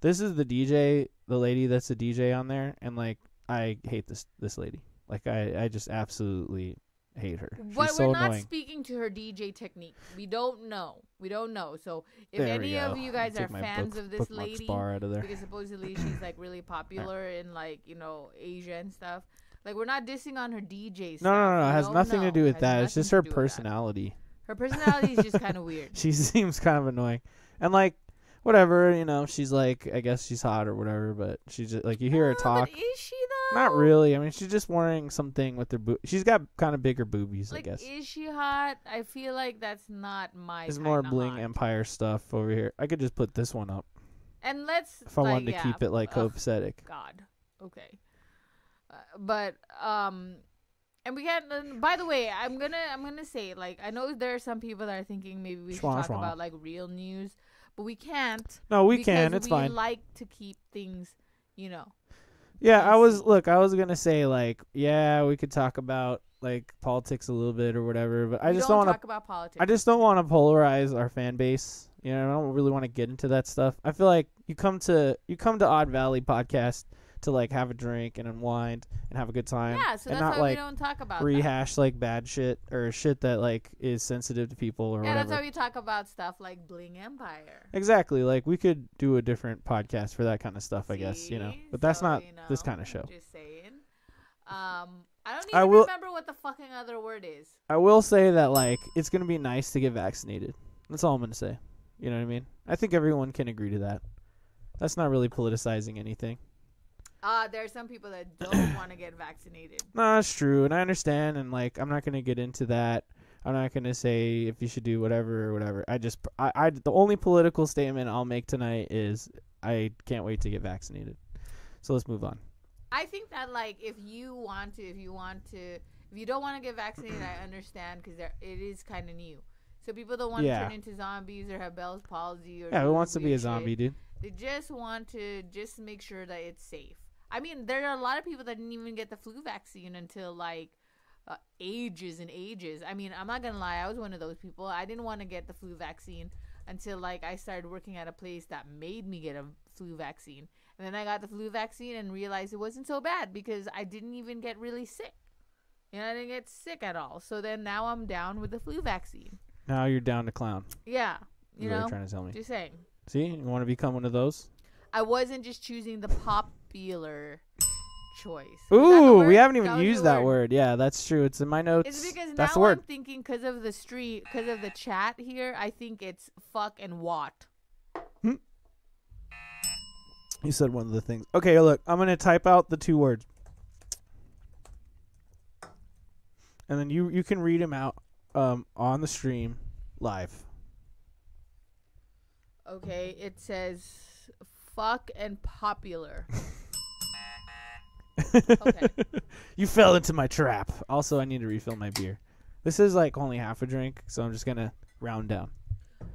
Speaker 2: this is the DJ, the lady that's the DJ on there, and like I hate this this lady. Like I I just absolutely hate her.
Speaker 3: But
Speaker 2: She's
Speaker 3: we're
Speaker 2: so
Speaker 3: not
Speaker 2: annoying.
Speaker 3: speaking to her DJ technique. We don't know. We don't know. So if
Speaker 2: There we
Speaker 3: any of
Speaker 2: go.
Speaker 3: you
Speaker 2: Let me
Speaker 3: guys
Speaker 2: take
Speaker 3: are
Speaker 2: my
Speaker 3: fans
Speaker 2: book-
Speaker 3: of this
Speaker 2: bookmarks
Speaker 3: lady,
Speaker 2: bar out of there.
Speaker 3: because supposedly she's like really popular in like you know Asia and stuff. Like we're not dissing on her DJ. Stuff.
Speaker 2: No, no, no, no. It
Speaker 3: We
Speaker 2: has
Speaker 3: don't
Speaker 2: nothing
Speaker 3: know.
Speaker 2: to do with
Speaker 3: Has
Speaker 2: that. It's
Speaker 3: nothing
Speaker 2: just
Speaker 3: to
Speaker 2: her
Speaker 3: do with that.
Speaker 2: personality.
Speaker 3: Her personality is just kind of weird.
Speaker 2: She seems kind of annoying, and like, whatever, you know. She's like, I guess she's hot or whatever, but she's just, like, you hear her
Speaker 3: Oh,
Speaker 2: talk.
Speaker 3: But is she though?
Speaker 2: Not really. I mean, she's just wearing something with her boob. She's got kind of bigger boobies,
Speaker 3: Like,
Speaker 2: I guess.
Speaker 3: is she hot? I feel like that's not my.
Speaker 2: There's more
Speaker 3: kinda
Speaker 2: bling
Speaker 3: hot.
Speaker 2: empire stuff over here. I could just put this one up
Speaker 3: And let's.
Speaker 2: if I
Speaker 3: like,
Speaker 2: wanted to
Speaker 3: yeah,
Speaker 2: keep it like
Speaker 3: ugh,
Speaker 2: copacetic.
Speaker 3: God. Okay. Uh, but um, And we can. And by the way, I'm gonna I'm gonna say like I know there are some people that are thinking maybe we should
Speaker 2: Schwa,
Speaker 3: talk
Speaker 2: schwa.
Speaker 3: about like real news, but we can't.
Speaker 2: No, we
Speaker 3: because
Speaker 2: can. It's
Speaker 3: we
Speaker 2: fine.
Speaker 3: like to keep things, you know.
Speaker 2: Yeah, I was
Speaker 3: easy.
Speaker 2: look, I was gonna say like, yeah, we could talk about like politics a little bit or whatever, but I
Speaker 3: we
Speaker 2: just
Speaker 3: don't
Speaker 2: don't want
Speaker 3: talk about politics.
Speaker 2: to. I just don't want to polarize our fan base. You know, I don't really want to get into that stuff. I feel like you come to you come to Odd Valley podcast to like have a drink and unwind and have a good time,
Speaker 3: yeah, so
Speaker 2: and
Speaker 3: that's
Speaker 2: not
Speaker 3: why we
Speaker 2: like
Speaker 3: don't talk about that.
Speaker 2: rehash like bad shit or shit that like is sensitive to people or
Speaker 3: Yeah,
Speaker 2: whatever.
Speaker 3: that's why we talk about stuff like Bling Empire.
Speaker 2: Exactly. Like we could do a different podcast for that kind of stuff, I guess, you know.
Speaker 3: See?
Speaker 2: But that's
Speaker 3: So,
Speaker 2: not
Speaker 3: you
Speaker 2: this
Speaker 3: know,
Speaker 2: kind of show.
Speaker 3: Just saying. Um, I don't even
Speaker 2: I will-
Speaker 3: remember what the fucking other word is.
Speaker 2: I will say that like it's gonna be nice to get vaccinated. That's all I'm gonna say. You know what I mean? I think everyone can agree to that. That's not really politicizing anything.
Speaker 3: Uh, there are some people that don't want to get vaccinated.
Speaker 2: No, it's true, and I understand, and like I'm not gonna get into that. I'm not gonna say if you should do whatever or whatever. I just I, I the only political statement I'll make tonight is I can't wait to get vaccinated. So let's move on.
Speaker 3: I think that like if you want to, if you want to, if you don't want to get vaccinated, I understand because there it is kind of new. So people don't want to
Speaker 2: Yeah.
Speaker 3: turn into zombies or have Bell's palsy or
Speaker 2: Yeah, who
Speaker 3: do
Speaker 2: wants to be a
Speaker 3: weird
Speaker 2: zombie,
Speaker 3: shit.
Speaker 2: dude?
Speaker 3: They just want to just make sure that it's safe. I mean, there are a lot of people that didn't even get the flu vaccine until like uh, ages and ages. I mean, I'm not gonna lie, I was one of those people. I didn't want to get the flu vaccine until like I started working at a place that made me get a flu vaccine, and then I got the flu vaccine and realized it wasn't so bad because I didn't even get really sick. You know, I didn't get sick at all. So then now I'm down with the flu vaccine.
Speaker 2: Now you're down to clown.
Speaker 3: Yeah,
Speaker 2: You
Speaker 3: you
Speaker 2: what
Speaker 3: know,
Speaker 2: you're trying to tell me.
Speaker 3: just saying.
Speaker 2: See, you want to become one of those?
Speaker 3: I wasn't just choosing the popular choice. Was that the
Speaker 2: Ooh,
Speaker 3: word?
Speaker 2: we haven't even
Speaker 3: was
Speaker 2: used
Speaker 3: the
Speaker 2: that word. Yeah, that's true. It's in my notes.
Speaker 3: It's because
Speaker 2: that's the
Speaker 3: now I'm
Speaker 2: word.
Speaker 3: thinking because of the street, because of the chat here. I think it's fuck and what.
Speaker 2: You said one of the things. Okay, look, I'm gonna type out the two words, and then you you can read them out um, on the stream live.
Speaker 3: Okay, it says fuck and popular. Okay.
Speaker 2: you fell into my trap. Also, I need to refill my beer. This is like only half a drink, so I'm just gonna round down.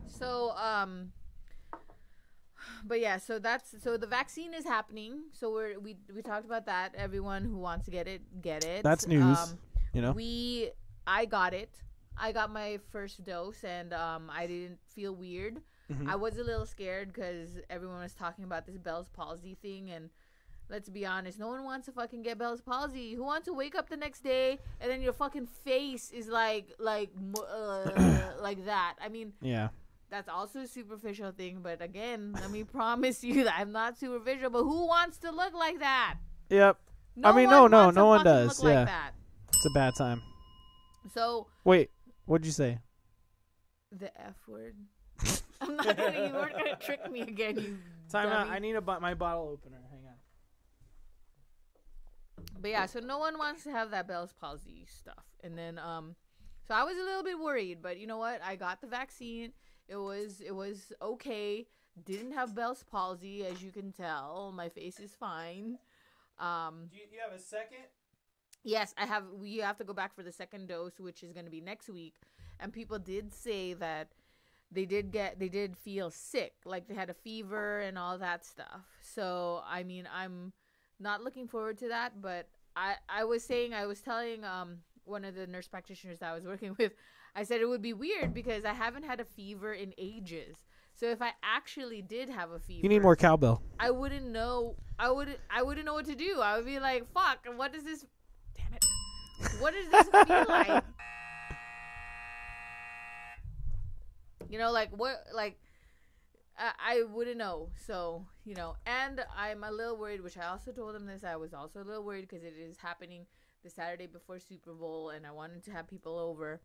Speaker 3: So, um, but yeah, so that's so the vaccine is happening. So we're we we talked about that. Everyone who wants to get it, get it. Um,
Speaker 2: That's news, you know.
Speaker 3: we i got it i got my first dose and um, i didn't feel weird
Speaker 2: Mhm.
Speaker 3: i was a little scared because everyone was talking about this bell's palsy thing and let's be honest no one wants to fucking get bell's palsy who wants to wake up the next day and then your fucking face is like like mo- uh, like that i mean
Speaker 2: yeah,
Speaker 3: that's also a superficial thing but again let me promise you that i'm not superficial but who wants to look like that
Speaker 2: yep.
Speaker 3: no
Speaker 2: mean, no, no,
Speaker 3: wants to
Speaker 2: no one
Speaker 3: fucking
Speaker 2: does,
Speaker 3: look
Speaker 2: yeah.
Speaker 3: like that
Speaker 2: It's a bad time.
Speaker 3: so
Speaker 2: Wait, what'd you say?
Speaker 3: The F word. I'm not gonna. You weren't gonna trick me again. You.
Speaker 2: Time out.
Speaker 3: dummy.
Speaker 2: I need a bu- my bottle opener. Hang on.
Speaker 3: But yeah, so no one wants to have that Bell's palsy stuff. And then, um, so I was a little bit worried, but you know what? I got the vaccine. It was it was okay. Didn't have Bell's palsy, as you can tell. My face is fine. Um,
Speaker 2: Do you, you have a second?
Speaker 3: yes, I have. We have to go back for the second dose, which is gonna be next week. And people did say that they did get they did feel sick like they had a fever and all that stuff so i mean i'm not looking forward to that but i i was saying i was telling um one of the nurse practitioners that i was working with i said it would be weird because i haven't had a fever in ages so if i actually did have a fever
Speaker 2: You need more cowbell.
Speaker 3: i wouldn't know i would i wouldn't know what to do i would be like fuck what does this damn it what does this feel like You know, like what, like I, I wouldn't know. So you know, and I'm a little worried, which I also told them this. I was also a little worried because it is happening the Saturday before Super Bowl, and I wanted to have people over.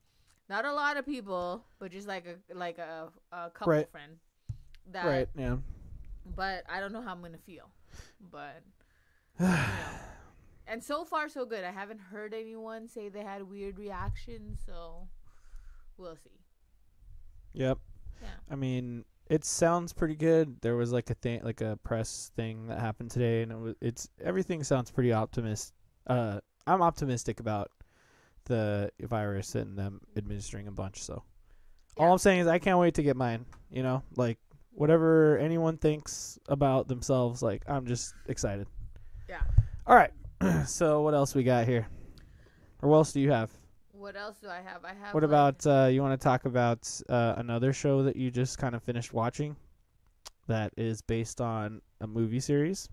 Speaker 3: Not a lot of people, but just like a like a, a couple
Speaker 2: Right.
Speaker 3: friend. That,
Speaker 2: Right. Yeah.
Speaker 3: But I don't know how I'm gonna feel. But you know. and so far so good. I haven't heard anyone say they had weird reactions, so we'll see.
Speaker 2: Yep.
Speaker 3: Yeah.
Speaker 2: I mean, it sounds pretty good. There was like a thing, like a press thing that happened today, and it was, it's everything sounds pretty optimist. Uh, I'm optimistic about the virus and them administering a bunch. So
Speaker 3: Yeah.
Speaker 2: all I'm saying is I can't wait to get mine. You know, like whatever anyone thinks about themselves, like I'm just excited.
Speaker 3: Yeah.
Speaker 2: All right. so what else we got here? Or what else do you have?
Speaker 3: What else do I have? I have.
Speaker 2: What
Speaker 3: like-
Speaker 2: about uh, you want to talk about uh, another show that you just kind of finished watching that is based on a movie series?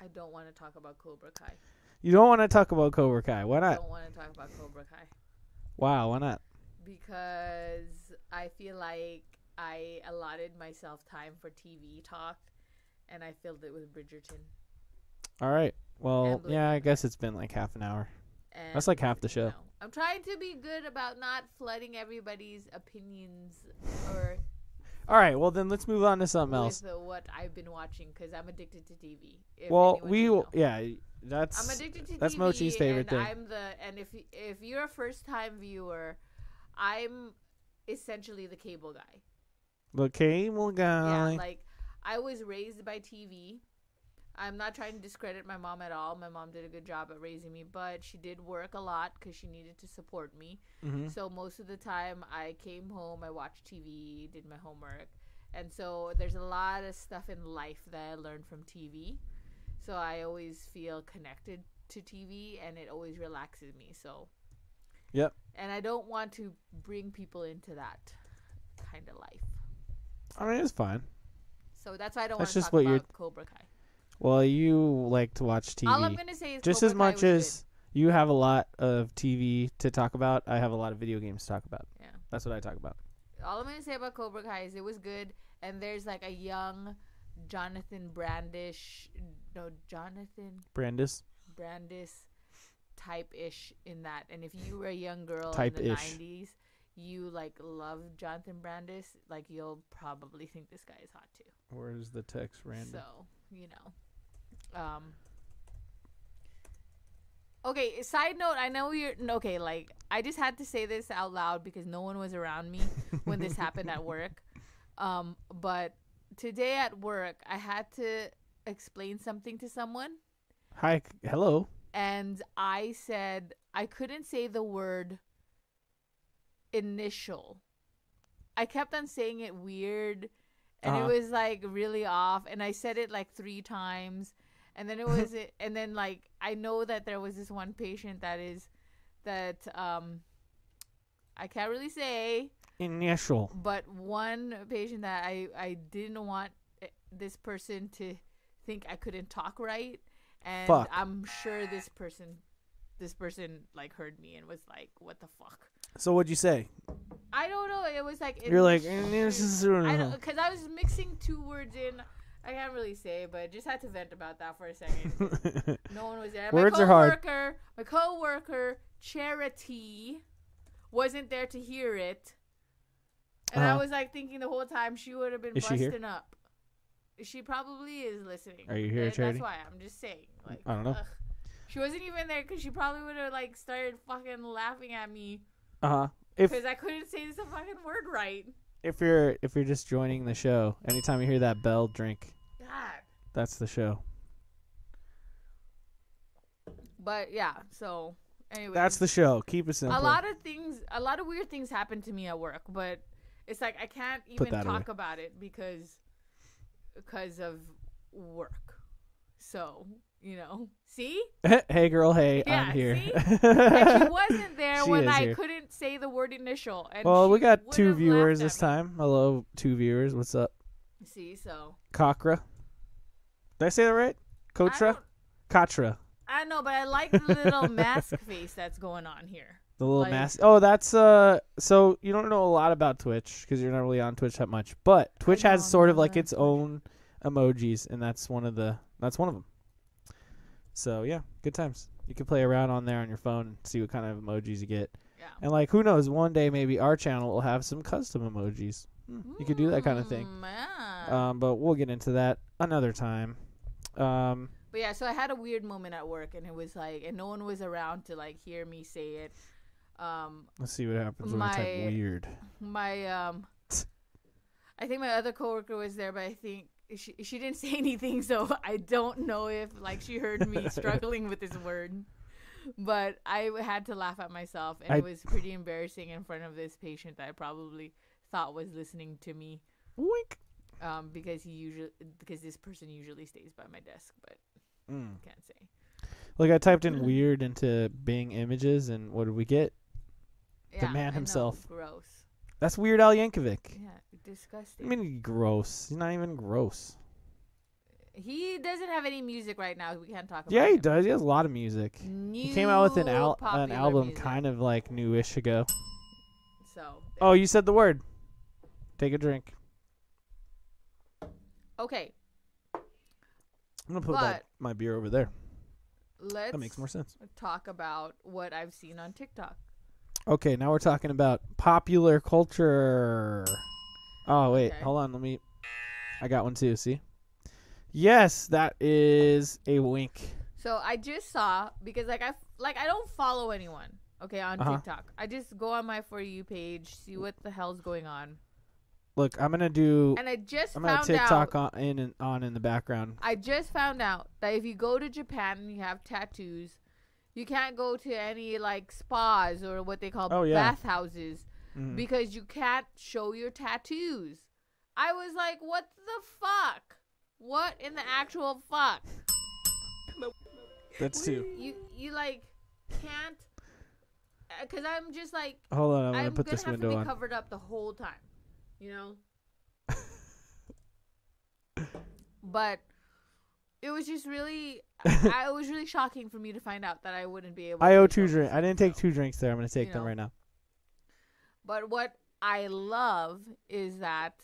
Speaker 3: I don't want to talk about Cobra Kai.
Speaker 2: You don't want to talk about Cobra Kai. Why
Speaker 3: I
Speaker 2: not?
Speaker 3: don't want to talk about Cobra Kai
Speaker 2: Wow, why not?
Speaker 3: because I feel like I allotted myself time for TV talk, and I filled it with Bridgerton.
Speaker 2: All right. Well,
Speaker 3: Blue
Speaker 2: yeah, I guess it's been like half an hour.
Speaker 3: And
Speaker 2: That's like half the
Speaker 3: you
Speaker 2: show.
Speaker 3: know, I'm trying to be good about not flooding everybody's opinions or
Speaker 2: All right. Well, then let's move on to something else.
Speaker 3: with uh, what I've been watching because I'm addicted to TV. if
Speaker 2: Well,
Speaker 3: anyone
Speaker 2: we
Speaker 3: should know.
Speaker 2: yeah,
Speaker 3: I'm
Speaker 2: that's
Speaker 3: addicted to
Speaker 2: that's
Speaker 3: TV,
Speaker 2: Mochi's favorite thing.
Speaker 3: and I'm the and if y- if you're a first time viewer, I'm essentially the cable guy.
Speaker 2: the cable guy.
Speaker 3: Yeah, like I was raised by TV. I'm not trying to discredit my mom at all. My mom did a good job at raising me, but she did work a lot because she needed to support me.
Speaker 2: Mhm.
Speaker 3: So most of the time, I came home, I watched TV, did my homework, and so there's a lot of stuff in life that I learned from TV. So I always feel connected to TV, and it always relaxes me. So,
Speaker 2: Yep.
Speaker 3: and I don't want to bring people into that kind of life.
Speaker 2: I mean, it's fine.
Speaker 3: So that's why I don't want
Speaker 2: That's
Speaker 3: to
Speaker 2: just
Speaker 3: talk
Speaker 2: what
Speaker 3: about
Speaker 2: you're-
Speaker 3: Cobra Kai.
Speaker 2: Well, you like to watch TV
Speaker 3: All I'm gonna say is
Speaker 2: just
Speaker 3: Cobra
Speaker 2: as
Speaker 3: Kai
Speaker 2: much
Speaker 3: was good.
Speaker 2: as you have a lot of TV to talk about. I have a lot of video games to talk about.
Speaker 3: Yeah.
Speaker 2: That's what I talk about.
Speaker 3: all I'm gonna say about Cobra Kai is it was good, and there's like a young Jonathan Brandish, no Jonathan
Speaker 2: Brandis.
Speaker 3: Brandis type ish in that. And if you were a young girl in the
Speaker 2: Type-ish.
Speaker 3: '90s, you like love Jonathan Brandis, like you'll probably think this guy is hot too.
Speaker 2: Where's the text, Random?
Speaker 3: So, you know. Um Okay, side note, I know you're n- okay, like I just had to say this out loud because no one was around me when this happened at work. Um but today at work, I had to explain something to someone
Speaker 2: Hi, c- hello.
Speaker 3: and I said I couldn't say the word initial. I kept on saying it weird and
Speaker 2: Uh-huh.
Speaker 3: it was like really off and I said it like 3 times and then it was it, and then like I know that there was this one patient that is that um I can't really say
Speaker 2: Initial.
Speaker 3: but one patient that I I didn't want eh, this person to think I couldn't talk right, and
Speaker 2: Fuck.
Speaker 3: I'm sure this person, this person like heard me and was like, "What the fuck."
Speaker 2: So what'd you say?
Speaker 3: I don't know. It was like
Speaker 2: You're like "Mm,
Speaker 3: I
Speaker 2: initial.
Speaker 3: because I was mixing two words in. I can't really say, but just had to vent about that for a second. No one was there.
Speaker 2: Words
Speaker 3: my
Speaker 2: are hard.
Speaker 3: coworker, my coworker, Charity, wasn't there to hear it, and
Speaker 2: Uh-huh.
Speaker 3: I was like thinking the whole time she would have been
Speaker 2: Is she
Speaker 3: busting
Speaker 2: here?
Speaker 3: up. She probably is listening.
Speaker 2: Are you here,
Speaker 3: Th-
Speaker 2: Charity?
Speaker 3: That's why I'm just saying. Like
Speaker 2: I don't know.
Speaker 3: ugh. She wasn't even there because she probably would have like started fucking laughing at me
Speaker 2: Uh huh. If
Speaker 3: because I couldn't say this fucking word right.
Speaker 2: if you're if you're just joining the show, anytime you hear that bell, drink.
Speaker 3: God.
Speaker 2: That's the show.
Speaker 3: But yeah. So anyway,
Speaker 2: That's the show. Keep it simple.
Speaker 3: a lot of things a lot of weird things happened to me at work but it's like i can't even
Speaker 2: that
Speaker 3: talk
Speaker 2: away.
Speaker 3: about it because because of work so you know see
Speaker 2: hey girl, hey,
Speaker 3: Yeah,
Speaker 2: I'm here.
Speaker 3: see? and she wasn't there
Speaker 2: She
Speaker 3: when
Speaker 2: is
Speaker 3: i
Speaker 2: here.
Speaker 3: couldn't say the word initial and
Speaker 2: well,
Speaker 3: she
Speaker 2: we got
Speaker 3: would
Speaker 2: two
Speaker 3: have
Speaker 2: viewers
Speaker 3: laughed
Speaker 2: this
Speaker 3: at me.
Speaker 2: time. Hello, two viewers. What's up,
Speaker 3: see so
Speaker 2: Cochra? Did I say that right?
Speaker 3: I
Speaker 2: Cotra,
Speaker 3: don't,
Speaker 2: Cotra,
Speaker 3: I know but i like the little mask face that's going on here
Speaker 2: the little
Speaker 3: like-
Speaker 2: mask. Oh, that's uh. So you don't know a lot about Twitch because you're not really on Twitch that much. But Twitch
Speaker 3: don't
Speaker 2: has sort of
Speaker 3: know
Speaker 2: like
Speaker 3: that
Speaker 2: its own emojis, and that's one of the that's one of them. So yeah, good times. You can play around on there on your phone and see what kind of emojis you get.
Speaker 3: yeah
Speaker 2: And like, who knows? One day, maybe our channel will have some custom emojis. Hmm, You could do that kind of thing.
Speaker 3: Mm, yeah.
Speaker 2: Um, but we'll get into that another time. Um,
Speaker 3: But yeah, so I had a weird moment at work, and it was like, and no one was around to like hear me say it. Um,
Speaker 2: let's see what happens when we type
Speaker 3: My-
Speaker 2: weird.
Speaker 3: my um, I think my other coworker was there, but I think she she didn't say anything, so I don't know if like she heard me struggling with this word. but I had to laugh at myself, and
Speaker 2: I-
Speaker 3: it was pretty embarrassing in front of this patient that I probably thought was listening to me,
Speaker 2: Wink.
Speaker 3: um, because he usually because this person usually stays by my desk, but
Speaker 2: Mm.
Speaker 3: can't say.
Speaker 2: Look, I typed in weird into Bing images, and what did we get?
Speaker 3: Yeah,
Speaker 2: man
Speaker 3: I know,
Speaker 2: himself.
Speaker 3: gross.
Speaker 2: That's Weird Al Yankovic.
Speaker 3: Yeah, disgusting.
Speaker 2: I mean, gross. He's not even gross.
Speaker 3: he doesn't have any music right now. We can't talk about.
Speaker 2: Yeah, he
Speaker 3: him.
Speaker 2: does. He has a lot of music.
Speaker 3: New
Speaker 2: He came out with an al- an
Speaker 3: popular
Speaker 2: album
Speaker 3: music.
Speaker 2: kind of like newish ago.
Speaker 3: So
Speaker 2: Oh, you said the word. Take a drink.
Speaker 3: okay,
Speaker 2: I'm gonna put my,
Speaker 3: But-
Speaker 2: my beer over there.
Speaker 3: let's
Speaker 2: That makes more sense.
Speaker 3: talk about what I've seen on TikTok.
Speaker 2: Okay, now we're talking about popular culture. Oh wait,
Speaker 3: Okay.
Speaker 2: hold on. Let me. I got one too. See. Yes, that is a wink.
Speaker 3: So I just saw because like I like I don't follow anyone okay on
Speaker 2: Uh-huh.
Speaker 3: TikTok. I just go on my for you page, see what the hell's going on,
Speaker 2: Look, I'm gonna do.
Speaker 3: and I just
Speaker 2: I'm gonna
Speaker 3: found
Speaker 2: TikTok
Speaker 3: out.
Speaker 2: on, in and on in the background.
Speaker 3: I just found out that if you go to Japan and you have tattoos, you can't go to any like spas or what they call
Speaker 2: Oh, yeah.
Speaker 3: bathhouses
Speaker 2: Mhm.
Speaker 3: because you can't show your tattoos. I was like, what the fuck? What in the actual fuck?
Speaker 2: That's two.
Speaker 3: You you like can't because I'm just like
Speaker 2: Hold on, I'm
Speaker 3: I'm,
Speaker 2: gonna put
Speaker 3: gonna
Speaker 2: this
Speaker 3: have
Speaker 2: window
Speaker 3: to be
Speaker 2: on.
Speaker 3: covered up the whole time, you know. but it was just really, I, it was really shocking for me to find out that I wouldn't be able.
Speaker 2: I owe
Speaker 3: to
Speaker 2: two
Speaker 3: show
Speaker 2: drinks. I
Speaker 3: myself,
Speaker 2: didn't take
Speaker 3: so.
Speaker 2: two drinks there. I'm gonna take
Speaker 3: You
Speaker 2: them
Speaker 3: know.
Speaker 2: right now.
Speaker 3: But what I love is that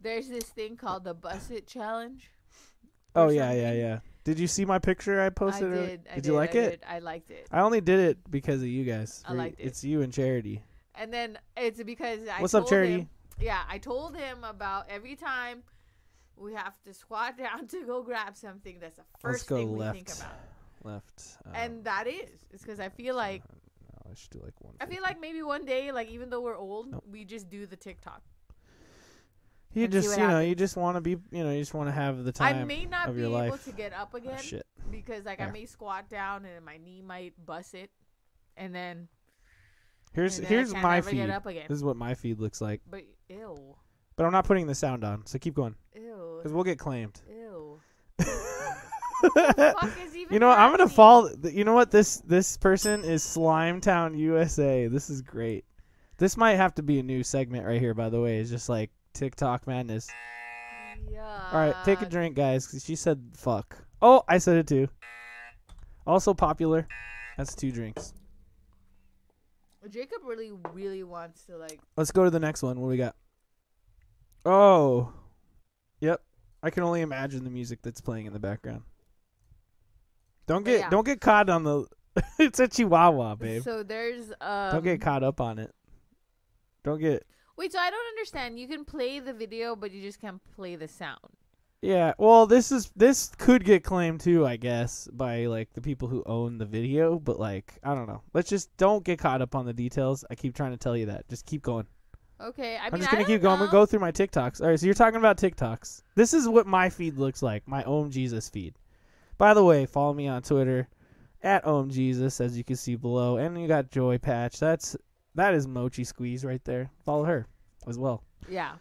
Speaker 3: there's this thing called the Busset Challenge. or
Speaker 2: Oh yeah, yeah,
Speaker 3: something.
Speaker 2: yeah. Did you see my picture I posted?
Speaker 3: I
Speaker 2: earlier?
Speaker 3: did. I
Speaker 2: uh, you like
Speaker 3: I
Speaker 2: it?
Speaker 3: did, I liked it.
Speaker 2: I only did it because of you guys.
Speaker 3: I
Speaker 2: You're-
Speaker 3: liked it.
Speaker 2: It's you and Charity.
Speaker 3: And then it's because I
Speaker 2: What's up,
Speaker 3: told
Speaker 2: Charity?
Speaker 3: him- yeah, I told him about every time we have to squat down to go grab something. That's the
Speaker 2: Let's
Speaker 3: first
Speaker 2: go
Speaker 3: thing
Speaker 2: left.
Speaker 3: we think about,
Speaker 2: Left. Um,
Speaker 3: and that is it's because I feel like
Speaker 2: no, I should do like one.
Speaker 3: I feel like maybe one day, like even though we're old,
Speaker 2: Nope.
Speaker 3: we just do the TikTok.
Speaker 2: you
Speaker 3: and see
Speaker 2: just
Speaker 3: what
Speaker 2: you know you just want to be you know you just want to have the time
Speaker 3: I may not
Speaker 2: of
Speaker 3: be
Speaker 2: your
Speaker 3: able
Speaker 2: life.
Speaker 3: to get up
Speaker 2: Oh,
Speaker 3: again
Speaker 2: shit.
Speaker 3: because like I
Speaker 2: There.
Speaker 3: may squat down and my knee might bust it, and then
Speaker 2: Here's
Speaker 3: and then
Speaker 2: here's
Speaker 3: I can't
Speaker 2: my
Speaker 3: ever
Speaker 2: feed.
Speaker 3: get up again.
Speaker 2: This is what my feed looks like.
Speaker 3: But ew,
Speaker 2: But I'm not putting the sound on, so keep going because
Speaker 3: ew,
Speaker 2: we'll get claimed.
Speaker 3: ew.
Speaker 2: you
Speaker 3: Fuck is even
Speaker 2: know what? I'm gonna
Speaker 3: happening?
Speaker 2: fall. th- You know what? This this person is Slime Town USA. This is great. This might have to be a new segment right here. By the way, it's just like TikTok madness.
Speaker 3: Yeah.
Speaker 2: All right, take a drink, guys. 'cause she said fuck. Oh, I said it too. Also popular. That's two drinks.
Speaker 3: Jacob really, really wants to like.
Speaker 2: Let's go to the next one. What do we got? Oh, yep. I can only imagine the music that's playing in the background. Don't
Speaker 3: But
Speaker 2: get
Speaker 3: yeah.
Speaker 2: don't get caught on the. it's a Chihuahua, babe.
Speaker 3: So there's um.
Speaker 2: don't get caught up on it. Don't get.
Speaker 3: Wait, so I don't understand. You can play the video, but you just can't play the sound.
Speaker 2: Yeah. Well, this is this could get claimed too, I guess, by like the people who own the video. But like, I don't know. Let's just don't get caught up on the details. I keep trying to tell you that. Just keep going.
Speaker 3: Okay, I mean,
Speaker 2: I'm just
Speaker 3: I
Speaker 2: gonna
Speaker 3: don't
Speaker 2: keep going. I'm
Speaker 3: Know.
Speaker 2: gonna go through my TikToks. All right. So you're talking about TikToks. This is what my feed looks like. My Om Jesus feed. By the way, follow me on Twitter at Om Jesus, as you can see below. And you got Joy Patch. That's that is Mochi Squeeze right there. Follow her as well.
Speaker 3: Yeah.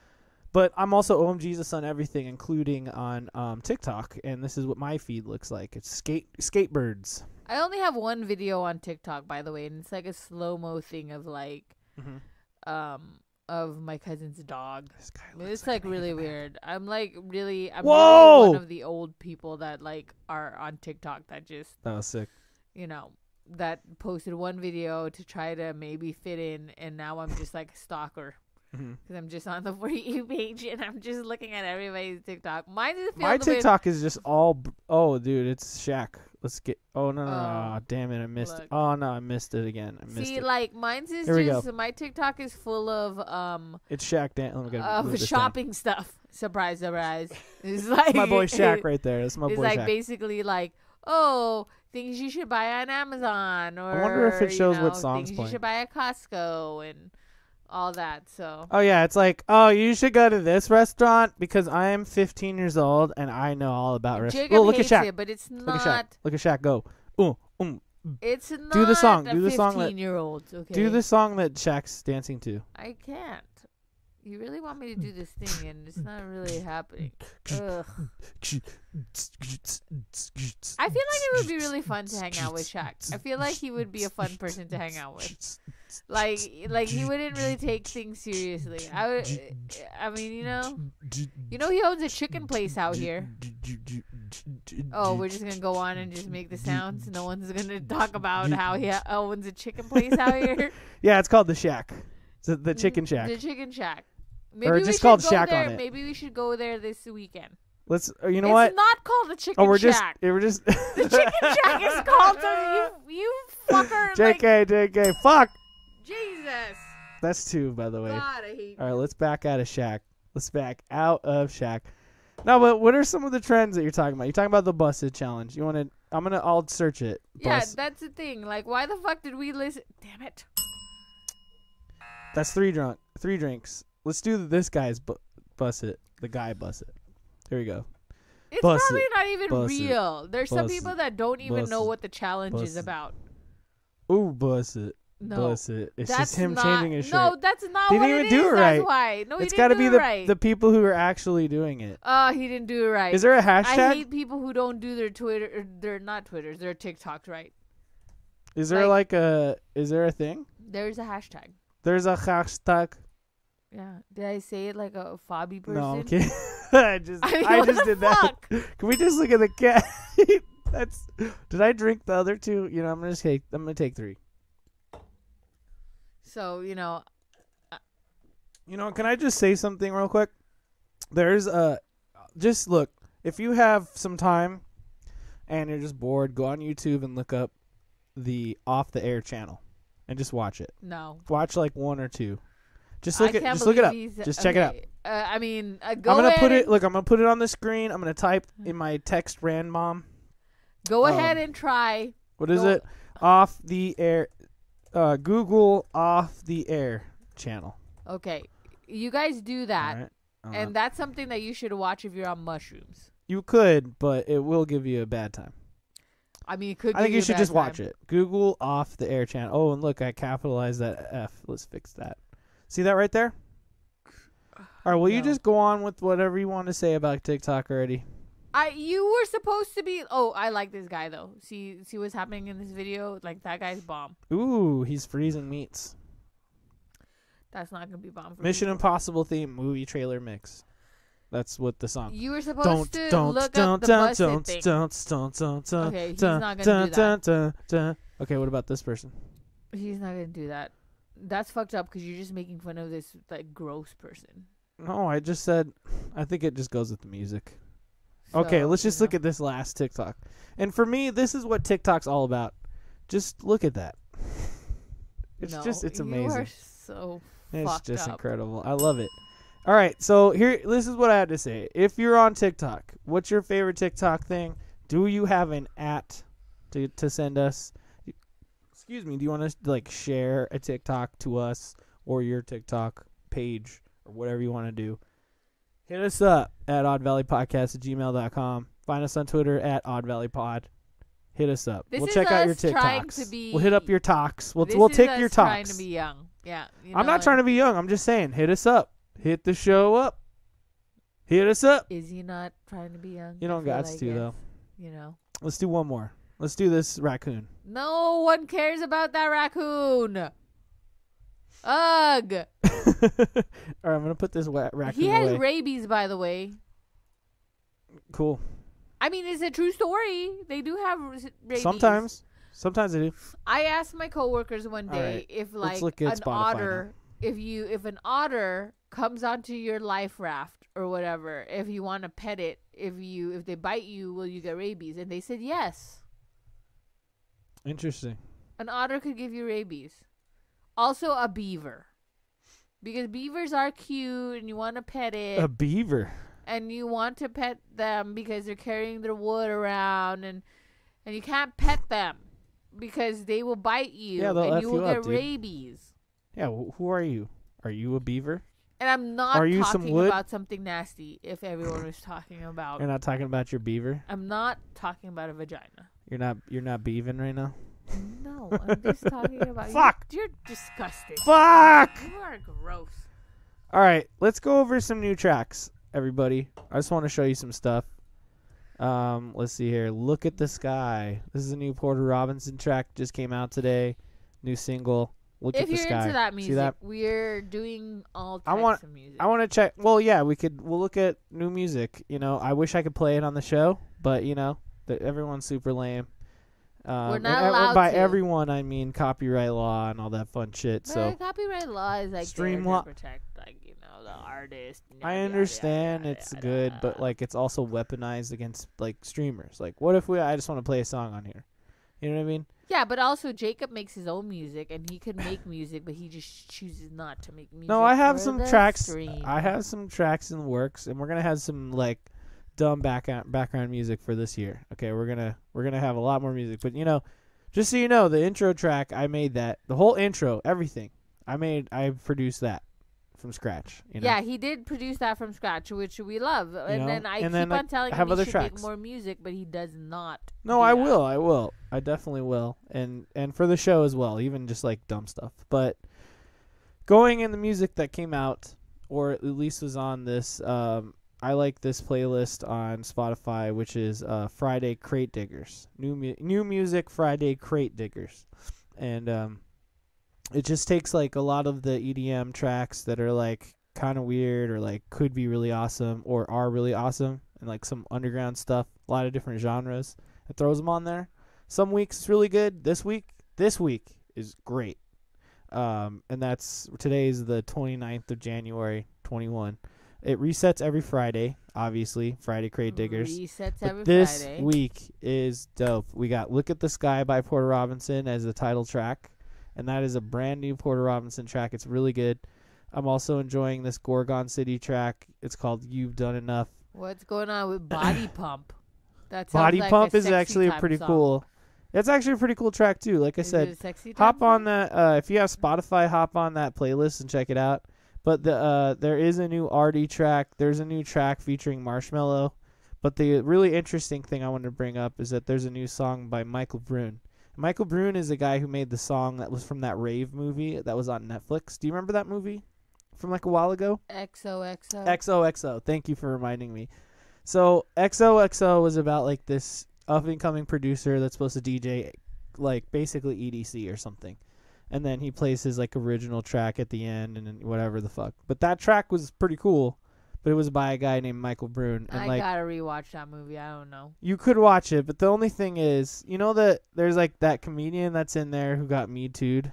Speaker 2: But I'm also OM Jesus on everything, including on um, TikTok, and this is what my feed looks like. It's skate skatebirds.
Speaker 3: I only have one video on TikTok, by the way, and it's like a slow mo thing of like,
Speaker 2: Mhm.
Speaker 3: um, of my cousin's dog.
Speaker 2: This guy
Speaker 3: I mean, It's like really weird. I'm like really, I'm
Speaker 2: Whoa!
Speaker 3: really one of the old people that like are on TikTok that just
Speaker 2: that was sick.
Speaker 3: you know, that posted one video to try to maybe fit in, and now I'm just like a stalker
Speaker 2: Mhm.
Speaker 3: because I'm just on the for you page and I'm just looking at everybody's TikTok. Mine is filled
Speaker 2: My
Speaker 3: with-
Speaker 2: TikTok is just all. b- Oh, dude, it's Shaq. Let's get. Oh no, no, no, no,
Speaker 3: Oh,
Speaker 2: no, damn it, I missed.
Speaker 3: look.
Speaker 2: It. Oh no, I missed it again. I missed
Speaker 3: See,
Speaker 2: it.
Speaker 3: like mine's is
Speaker 2: Here we go.
Speaker 3: just my TikTok is full of um
Speaker 2: it's Shaq. Dan- oh Let me go.
Speaker 3: of
Speaker 2: move this
Speaker 3: shopping stuff. Surprise, surprise! It's like
Speaker 2: down. That's my boy Shaq right there. That's my
Speaker 3: it's
Speaker 2: boy
Speaker 3: like
Speaker 2: Shaq.
Speaker 3: basically like oh things you should buy on Amazon or
Speaker 2: wonder if it
Speaker 3: you
Speaker 2: shows what
Speaker 3: know,
Speaker 2: song's
Speaker 3: things
Speaker 2: playing.
Speaker 3: you should buy at Costco and all that. So
Speaker 2: Oh yeah, it's like, oh, you should go to this restaurant because I am 15 years old and I know all about restaurants.
Speaker 3: Jacob
Speaker 2: look at
Speaker 3: hates
Speaker 2: Shaq.
Speaker 3: it, but it's
Speaker 2: Look at Shaq.
Speaker 3: not.
Speaker 2: Look at Shaq go. Ooh, um,
Speaker 3: It's not
Speaker 2: the song,
Speaker 3: A
Speaker 2: do the song that-
Speaker 3: year olds. Okay.
Speaker 2: Do the song that Shaq's dancing to.
Speaker 3: I can't. You really want me to do this thing, and it's not really happening. Ugh. I feel like it would be really fun to hang out with Shaq. I feel like he would be a fun person to hang out with. Like, like he wouldn't really take things seriously. I would. I mean, you know, you know, he owns a chicken place out here. Oh, we're just gonna go on and just make the sounds. No one's gonna talk about how he owns a chicken place out here.
Speaker 2: Yeah, it's called the Shack. It's the, the Chicken Shack.
Speaker 3: Mm, The Chicken Shack. Maybe
Speaker 2: Or
Speaker 3: we
Speaker 2: just
Speaker 3: should
Speaker 2: called
Speaker 3: go
Speaker 2: Shack on
Speaker 3: there.
Speaker 2: it.
Speaker 3: Maybe we should go there this weekend.
Speaker 2: Let's. oh, You know
Speaker 3: it's
Speaker 2: what?
Speaker 3: not called the Chicken
Speaker 2: Oh, we're just.
Speaker 3: Shack.
Speaker 2: We're just.
Speaker 3: The Chicken Shack is called the you, you fucker.
Speaker 2: Jk,
Speaker 3: Like,
Speaker 2: Jk, fuck.
Speaker 3: Jesus.
Speaker 2: That's two, by the way.
Speaker 3: God, I hate.
Speaker 2: All right, let's back out of Shaq. Let's back out of Shaq. No, but what are some of the trends that you're talking about? You're talking about the busted challenge. You want to? I'm gonna. I'll search it.
Speaker 3: Yeah,
Speaker 2: Bus-
Speaker 3: that's the thing. Like, why the fuck did we listen? Damn it.
Speaker 2: that's three drunk, three drinks. Let's do this guy's bu- bus it. The guy bus it. Here we go.
Speaker 3: It's
Speaker 2: Bus
Speaker 3: probably
Speaker 2: it.
Speaker 3: not even
Speaker 2: Bus it.
Speaker 3: real. There's some
Speaker 2: Bus
Speaker 3: people
Speaker 2: it.
Speaker 3: that don't even
Speaker 2: Bus
Speaker 3: know
Speaker 2: it.
Speaker 3: what the challenge
Speaker 2: Bus
Speaker 3: is
Speaker 2: it.
Speaker 3: about.
Speaker 2: Ooh, bus it.
Speaker 3: No.
Speaker 2: Bus it. It's
Speaker 3: that's
Speaker 2: just him
Speaker 3: not,
Speaker 2: changing his shirt.
Speaker 3: No, that's not
Speaker 2: He
Speaker 3: what
Speaker 2: didn't
Speaker 3: it
Speaker 2: even do
Speaker 3: is,
Speaker 2: it
Speaker 3: that's
Speaker 2: right.
Speaker 3: why. No, he
Speaker 2: it's
Speaker 3: didn't
Speaker 2: got to
Speaker 3: do
Speaker 2: be
Speaker 3: it
Speaker 2: the
Speaker 3: right.
Speaker 2: the people who are actually doing it.
Speaker 3: Oh, he didn't do it right.
Speaker 2: Is there a hashtag?
Speaker 3: I hate people who don't do their Twitter. Or they're not Twitters. They're TikToks, right?
Speaker 2: is there like,
Speaker 3: like-
Speaker 2: a is there a thing?
Speaker 3: There's a hashtag.
Speaker 2: There's a hashtag.
Speaker 3: Yeah. Did I say it like a fobby person?
Speaker 2: No, I'm kidding. I just
Speaker 3: I
Speaker 2: I,
Speaker 3: mean, what
Speaker 2: just
Speaker 3: the
Speaker 2: did
Speaker 3: fuck?
Speaker 2: that. Can we just look at the cat? That's did I drink the other two? You know, I'm gonna just take I'm gonna take three.
Speaker 3: So you know,
Speaker 2: You know, can I just say something real quick? There's a just look, if you have some time and you're just bored, go on YouTube and look up the off the air channel and just watch it.
Speaker 3: no.
Speaker 2: Watch like one or two. Just look
Speaker 3: I
Speaker 2: at
Speaker 3: can't
Speaker 2: just look it up.
Speaker 3: believe he's-
Speaker 2: Just check it out.
Speaker 3: okay. Uh, I mean, uh, go
Speaker 2: I'm gonna
Speaker 3: ahead.
Speaker 2: put it
Speaker 3: and- Mm.
Speaker 2: look, I'm gonna put it on the screen. I'm gonna type in my text rand mom.
Speaker 3: go ahead
Speaker 2: um,
Speaker 3: and try.
Speaker 2: What is
Speaker 3: Go-
Speaker 2: it? Off the air. Uh, Google off the air channel.
Speaker 3: Okay, you guys do that,
Speaker 2: All right. Uh,
Speaker 3: and that's something that you should watch if you're on mushrooms.
Speaker 2: you could, but it will give you a bad time.
Speaker 3: I mean, it could.
Speaker 2: I think you should just watch
Speaker 3: it.
Speaker 2: it. Google off the air channel. Oh, and look, I capitalized that F. Let's fix that. See that right there? All right. Will you
Speaker 3: No.
Speaker 2: just go on with whatever you want to say about TikTok already?
Speaker 3: I you were supposed to be. Oh, I like this guy though. See see what's happening in this video. Like that guy's bomb.
Speaker 2: Ooh, he's freezing meats.
Speaker 3: That's not gonna be bomb for me.
Speaker 2: Mission Impossible theme movie trailer mix. That's what the song.
Speaker 3: You were supposed
Speaker 2: don't
Speaker 3: to
Speaker 2: don't
Speaker 3: look
Speaker 2: don't
Speaker 3: up the
Speaker 2: don't
Speaker 3: busted
Speaker 2: don't
Speaker 3: thing.
Speaker 2: don't don't don't don't
Speaker 3: Okay, he's
Speaker 2: dun,
Speaker 3: not gonna
Speaker 2: dun,
Speaker 3: do that.
Speaker 2: dun, dun, dun. Okay, what about this person?
Speaker 3: He's not gonna do that. That's fucked up because you're just making fun of this like gross person.
Speaker 2: No, I just said I think it just goes with the music. okay,
Speaker 3: So,
Speaker 2: let's just
Speaker 3: you
Speaker 2: look at this last TikTok. And for me, this is what TikTok's all about. Just look at that. It's
Speaker 3: know,
Speaker 2: just it's
Speaker 3: you
Speaker 2: amazing.
Speaker 3: are so
Speaker 2: It's
Speaker 3: fucked
Speaker 2: just
Speaker 3: up.
Speaker 2: incredible. I love it. All right, so here this is what I had to say. If you're on TikTok, what's your favorite TikTok thing? Do you have an at to to send us? Excuse me. Do you want to like share a TikTok to us or your TikTok page or whatever you want to do? Hit us up at oddvalleypodcast at gmail.com. Find us on Twitter at oddvalleypod. Hit us up.
Speaker 3: This
Speaker 2: we'll
Speaker 3: is
Speaker 2: check out your
Speaker 3: us trying to
Speaker 2: TikToks. we'll hit up
Speaker 3: be-
Speaker 2: your talks. We'll
Speaker 3: This
Speaker 2: we'll
Speaker 3: is
Speaker 2: take
Speaker 3: us
Speaker 2: your talks.
Speaker 3: Trying to be young. Yeah. you
Speaker 2: I'm
Speaker 3: know,
Speaker 2: not trying to be young. I'm just saying, hit us up. Hit the show up. Hit us up.
Speaker 3: Is he not trying to be young?
Speaker 2: You don't
Speaker 3: I feel
Speaker 2: gots
Speaker 3: like
Speaker 2: to,
Speaker 3: it's,
Speaker 2: though.
Speaker 3: You know.
Speaker 2: Let's do one more. Let's do this raccoon.
Speaker 3: No one cares about that raccoon. Ugh.
Speaker 2: All right, I'm gonna put this wa- raccoon
Speaker 3: He has
Speaker 2: away.
Speaker 3: rabies, by the way.
Speaker 2: cool.
Speaker 3: I mean, it's a true story. They do have r- rabies.
Speaker 2: Sometimes, sometimes I do.
Speaker 3: I asked my coworkers one
Speaker 2: All
Speaker 3: day
Speaker 2: right.
Speaker 3: if
Speaker 2: Let's
Speaker 3: like
Speaker 2: look at
Speaker 3: an
Speaker 2: Spotify
Speaker 3: otter, if you if an otter comes onto your life raft or whatever, if you want to pet it, if you if they bite you, will you get rabies? And they said yes.
Speaker 2: Interesting.
Speaker 3: An otter could give you rabies. Also a beaver. Because beavers are cute and you want to pet it.
Speaker 2: A beaver.
Speaker 3: and you want to pet them because they're carrying their wood around and and you can't pet them because they will bite you
Speaker 2: Yeah, they'll
Speaker 3: and
Speaker 2: F
Speaker 3: you will
Speaker 2: you
Speaker 3: get
Speaker 2: up, dude.
Speaker 3: rabies.
Speaker 2: Yeah. Wh- who are you? Are you a beaver?
Speaker 3: And I'm not
Speaker 2: Are you some
Speaker 3: talking
Speaker 2: wood?
Speaker 3: about something nasty if everyone was talking about
Speaker 2: You're not talking about your beaver.
Speaker 3: I'm not talking about a vagina.
Speaker 2: You're not. You're not beaving right now.
Speaker 3: No, I'm just talking about you.
Speaker 2: Fuck.
Speaker 3: You're disgusting.
Speaker 2: Fuck.
Speaker 3: You are gross.
Speaker 2: All right, let's go over some new tracks, everybody. I just want to show you some stuff. Um, let's see here. Look at the sky. This is a new Porter Robinson track. Just came out today. New single. Look
Speaker 3: If
Speaker 2: at the
Speaker 3: you're
Speaker 2: sky.
Speaker 3: into that
Speaker 2: See
Speaker 3: music,
Speaker 2: that?
Speaker 3: we're doing all
Speaker 2: I
Speaker 3: types
Speaker 2: want-
Speaker 3: of music.
Speaker 2: I want to check. Well, yeah, we could. We'll look at new music. You know, I wish I could play it on the show, but you know, the, everyone's super lame. Um,
Speaker 3: We're
Speaker 2: and
Speaker 3: not
Speaker 2: e-
Speaker 3: allowed
Speaker 2: by
Speaker 3: to.
Speaker 2: everyone, I mean copyright law and all that fun shit.
Speaker 3: But
Speaker 2: so
Speaker 3: the copyright law is like
Speaker 2: Stream
Speaker 3: stream
Speaker 2: law-
Speaker 3: law protect like you know the artist. yada,
Speaker 2: I
Speaker 3: yada,
Speaker 2: understand
Speaker 3: yada,
Speaker 2: it's
Speaker 3: yada,
Speaker 2: good, but
Speaker 3: yada.
Speaker 2: like it's also weaponized against like streamers. Like, what if we? I just want to play a song on here. You know what I mean?
Speaker 3: yeah, but also Jacob makes his own music and he could make music, but he just chooses not to make music.
Speaker 2: no, I have
Speaker 3: for
Speaker 2: some
Speaker 3: the
Speaker 2: tracks.
Speaker 3: Stream.
Speaker 2: I have some tracks in the works, and we're gonna have some like dumb background background music for this year. Okay, we're gonna we're gonna have a lot more music, but you know, just so you know, the intro track I made that the whole intro, everything I made, I produced that from scratch. You know?
Speaker 3: Yeah, he did produce that from scratch, which we love. And
Speaker 2: know,
Speaker 3: then I
Speaker 2: and
Speaker 3: keep
Speaker 2: then, like,
Speaker 3: on telling
Speaker 2: have
Speaker 3: him
Speaker 2: other
Speaker 3: he should
Speaker 2: tracks.
Speaker 3: make more music, but he does not.
Speaker 2: No,
Speaker 3: do
Speaker 2: I
Speaker 3: that.
Speaker 2: will. I will. I definitely will. And and for the show as well, even just like dumb stuff. But going in the music that came out or at least was on this um I like this playlist on Spotify which is uh Friday Crate Diggers. New mu- new music Friday Crate Diggers. And um it just takes like a lot of the EDM tracks that are like kind of weird or like could be really awesome or are really awesome and like some underground stuff, a lot of different genres. It throws them on there. Some weeks it's really good. This week, this week is great. Um, and that's today's the 29th of January, 21. It resets every Friday, obviously. Friday Crate Diggers.
Speaker 3: Resets
Speaker 2: But
Speaker 3: every
Speaker 2: this
Speaker 3: Friday.
Speaker 2: week is dope. We got Look at the Sky by Porter Robinson as the title track. And that is a brand new Porter Robinson track. It's really good. I'm also enjoying this Gorgon City track. It's called You've Done Enough.
Speaker 3: What's going on with Body Pump? That's
Speaker 2: Body Pump is actually a pretty cool. It's actually a pretty cool track too. Like I said, hop on that uh, if you have spotify hop on that playlist and check it out but the uh, there is a new artie track there's a new track featuring marshmallow but the really interesting thing i wanted to bring up is that there's a new song by michael brune michael brune is the guy who made the song that was from that rave movie that was on netflix do you remember that movie from like a while ago
Speaker 3: XOXO.
Speaker 2: XOXO. Thank you for reminding me. So XOXO was about like this up and coming producer that's supposed to DJ like basically EDC or something. And then he plays his like original track at the end and then whatever the fuck. But that track was pretty cool, but it was by a guy named Michael Brune and
Speaker 3: I
Speaker 2: like
Speaker 3: gotta rewatch that movie. I don't know.
Speaker 2: you could watch it, but the only thing is, you know that there's like that comedian that's in there who got me too'd.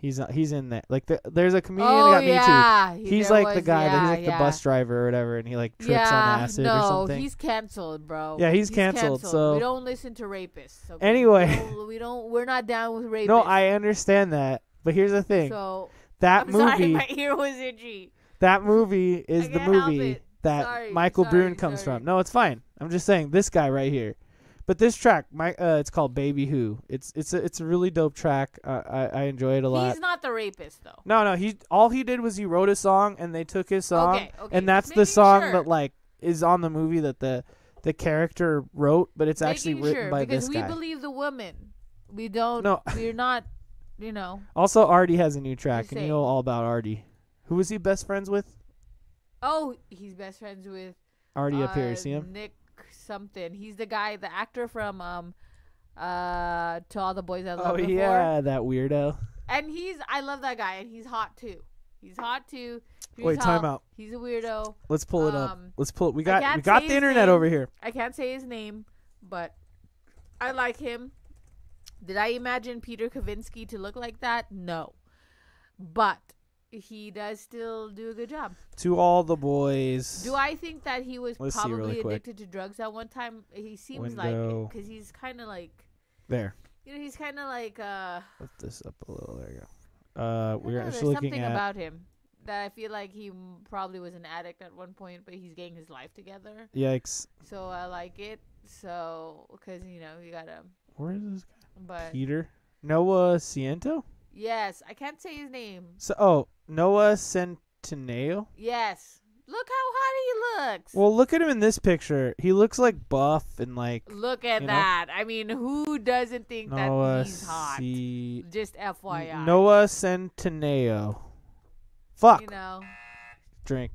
Speaker 2: He's uh, he's in there. Like the, there's a comedian that
Speaker 3: oh
Speaker 2: got me too'd
Speaker 3: yeah, he-
Speaker 2: he's
Speaker 3: there
Speaker 2: like the
Speaker 3: was-
Speaker 2: guy that
Speaker 3: yeah,
Speaker 2: he's like
Speaker 3: yeah.
Speaker 2: the bus driver or whatever, and he like trips
Speaker 3: yeah,
Speaker 2: on acid
Speaker 3: no,
Speaker 2: or something.
Speaker 3: he's canceled, bro.
Speaker 2: Yeah, he's canceled, so-
Speaker 3: we don't listen to rapists. okay?
Speaker 2: Anyway.
Speaker 3: we don't, we don't. We're not down with rapists.
Speaker 2: no, I understand that, but here's the thing:
Speaker 3: So
Speaker 2: that
Speaker 3: I'm sorry,
Speaker 2: movie,
Speaker 3: my ear was itchy.
Speaker 2: that movie is
Speaker 3: I
Speaker 2: the
Speaker 3: can't help
Speaker 2: movie
Speaker 3: it.
Speaker 2: that
Speaker 3: Sorry,
Speaker 2: Michael
Speaker 3: sorry,
Speaker 2: Brune comes
Speaker 3: sorry.
Speaker 2: from. No, it's fine. I'm just saying this guy right here. But this track, my uh, it's called "Baby Who." It's it's a, it's a really dope track. Uh, I I enjoy it a lot.
Speaker 3: He's not the rapist though.
Speaker 2: No, no. He all he did was he wrote a song and they took his song
Speaker 3: Okay, okay,
Speaker 2: and that's the
Speaker 3: making
Speaker 2: song
Speaker 3: sure.
Speaker 2: that like is on the movie that the the character wrote, but it's actually
Speaker 3: Making
Speaker 2: written
Speaker 3: sure,
Speaker 2: by this
Speaker 3: because we
Speaker 2: guy.
Speaker 3: believe the woman. We don't.
Speaker 2: No.
Speaker 3: we're not. You know.
Speaker 2: also, Artie has a new track, and you
Speaker 3: saying.
Speaker 2: know all about Artie. Who was he best friends with?
Speaker 3: Oh, he's best friends with
Speaker 2: Artie up here.
Speaker 3: uh,
Speaker 2: See him?
Speaker 3: Nick something. He's the guy, the actor from um, uh, to all the boys I
Speaker 2: Oh
Speaker 3: loved before.
Speaker 2: yeah, that weirdo.
Speaker 3: And he's, I love that guy, and he's hot too. He's hot too. He's
Speaker 2: Wait, time
Speaker 3: hot.
Speaker 2: out.
Speaker 3: He's a weirdo.
Speaker 2: Let's pull it up.
Speaker 3: Um,
Speaker 2: Let's pull it. We
Speaker 3: I
Speaker 2: got
Speaker 3: can't
Speaker 2: we got
Speaker 3: say
Speaker 2: the
Speaker 3: his
Speaker 2: internet
Speaker 3: name.
Speaker 2: over here.
Speaker 3: I can't say his name, but I like him. Did I imagine Peter Kavinsky to look like that? No, but he does still do a good job.
Speaker 2: To all the boys.
Speaker 3: Do I think that he was
Speaker 2: Let's see
Speaker 3: probably
Speaker 2: really quick.
Speaker 3: addicted to drugs at one time? He seems
Speaker 2: Window.
Speaker 3: like because he's kind of like
Speaker 2: there?
Speaker 3: you know he's kind of like uh.
Speaker 2: Lift this up a little. There you go. Uh,
Speaker 3: I don't
Speaker 2: we're
Speaker 3: know,
Speaker 2: just
Speaker 3: there's
Speaker 2: looking
Speaker 3: something
Speaker 2: at.
Speaker 3: about him that I feel like he m- probably was an addict at one point, but he's getting his life together.
Speaker 2: yikes!
Speaker 3: So I like it. So because you know you gotta,
Speaker 2: Where is this guy?
Speaker 3: but
Speaker 2: Peter Noah Ciento?
Speaker 3: yes, I can't say his name.
Speaker 2: So, oh, Noah Centineo.
Speaker 3: Yes, Look how hot he looks.
Speaker 2: Well, look at him in this picture. He looks like buff and like
Speaker 3: Look at
Speaker 2: you know? uh,
Speaker 3: that. I mean, who doesn't think
Speaker 2: Noah
Speaker 3: that he's hot?
Speaker 2: C-
Speaker 3: Just FYI.
Speaker 2: Noah Centineo. Fuck.
Speaker 3: You know,
Speaker 2: Drink.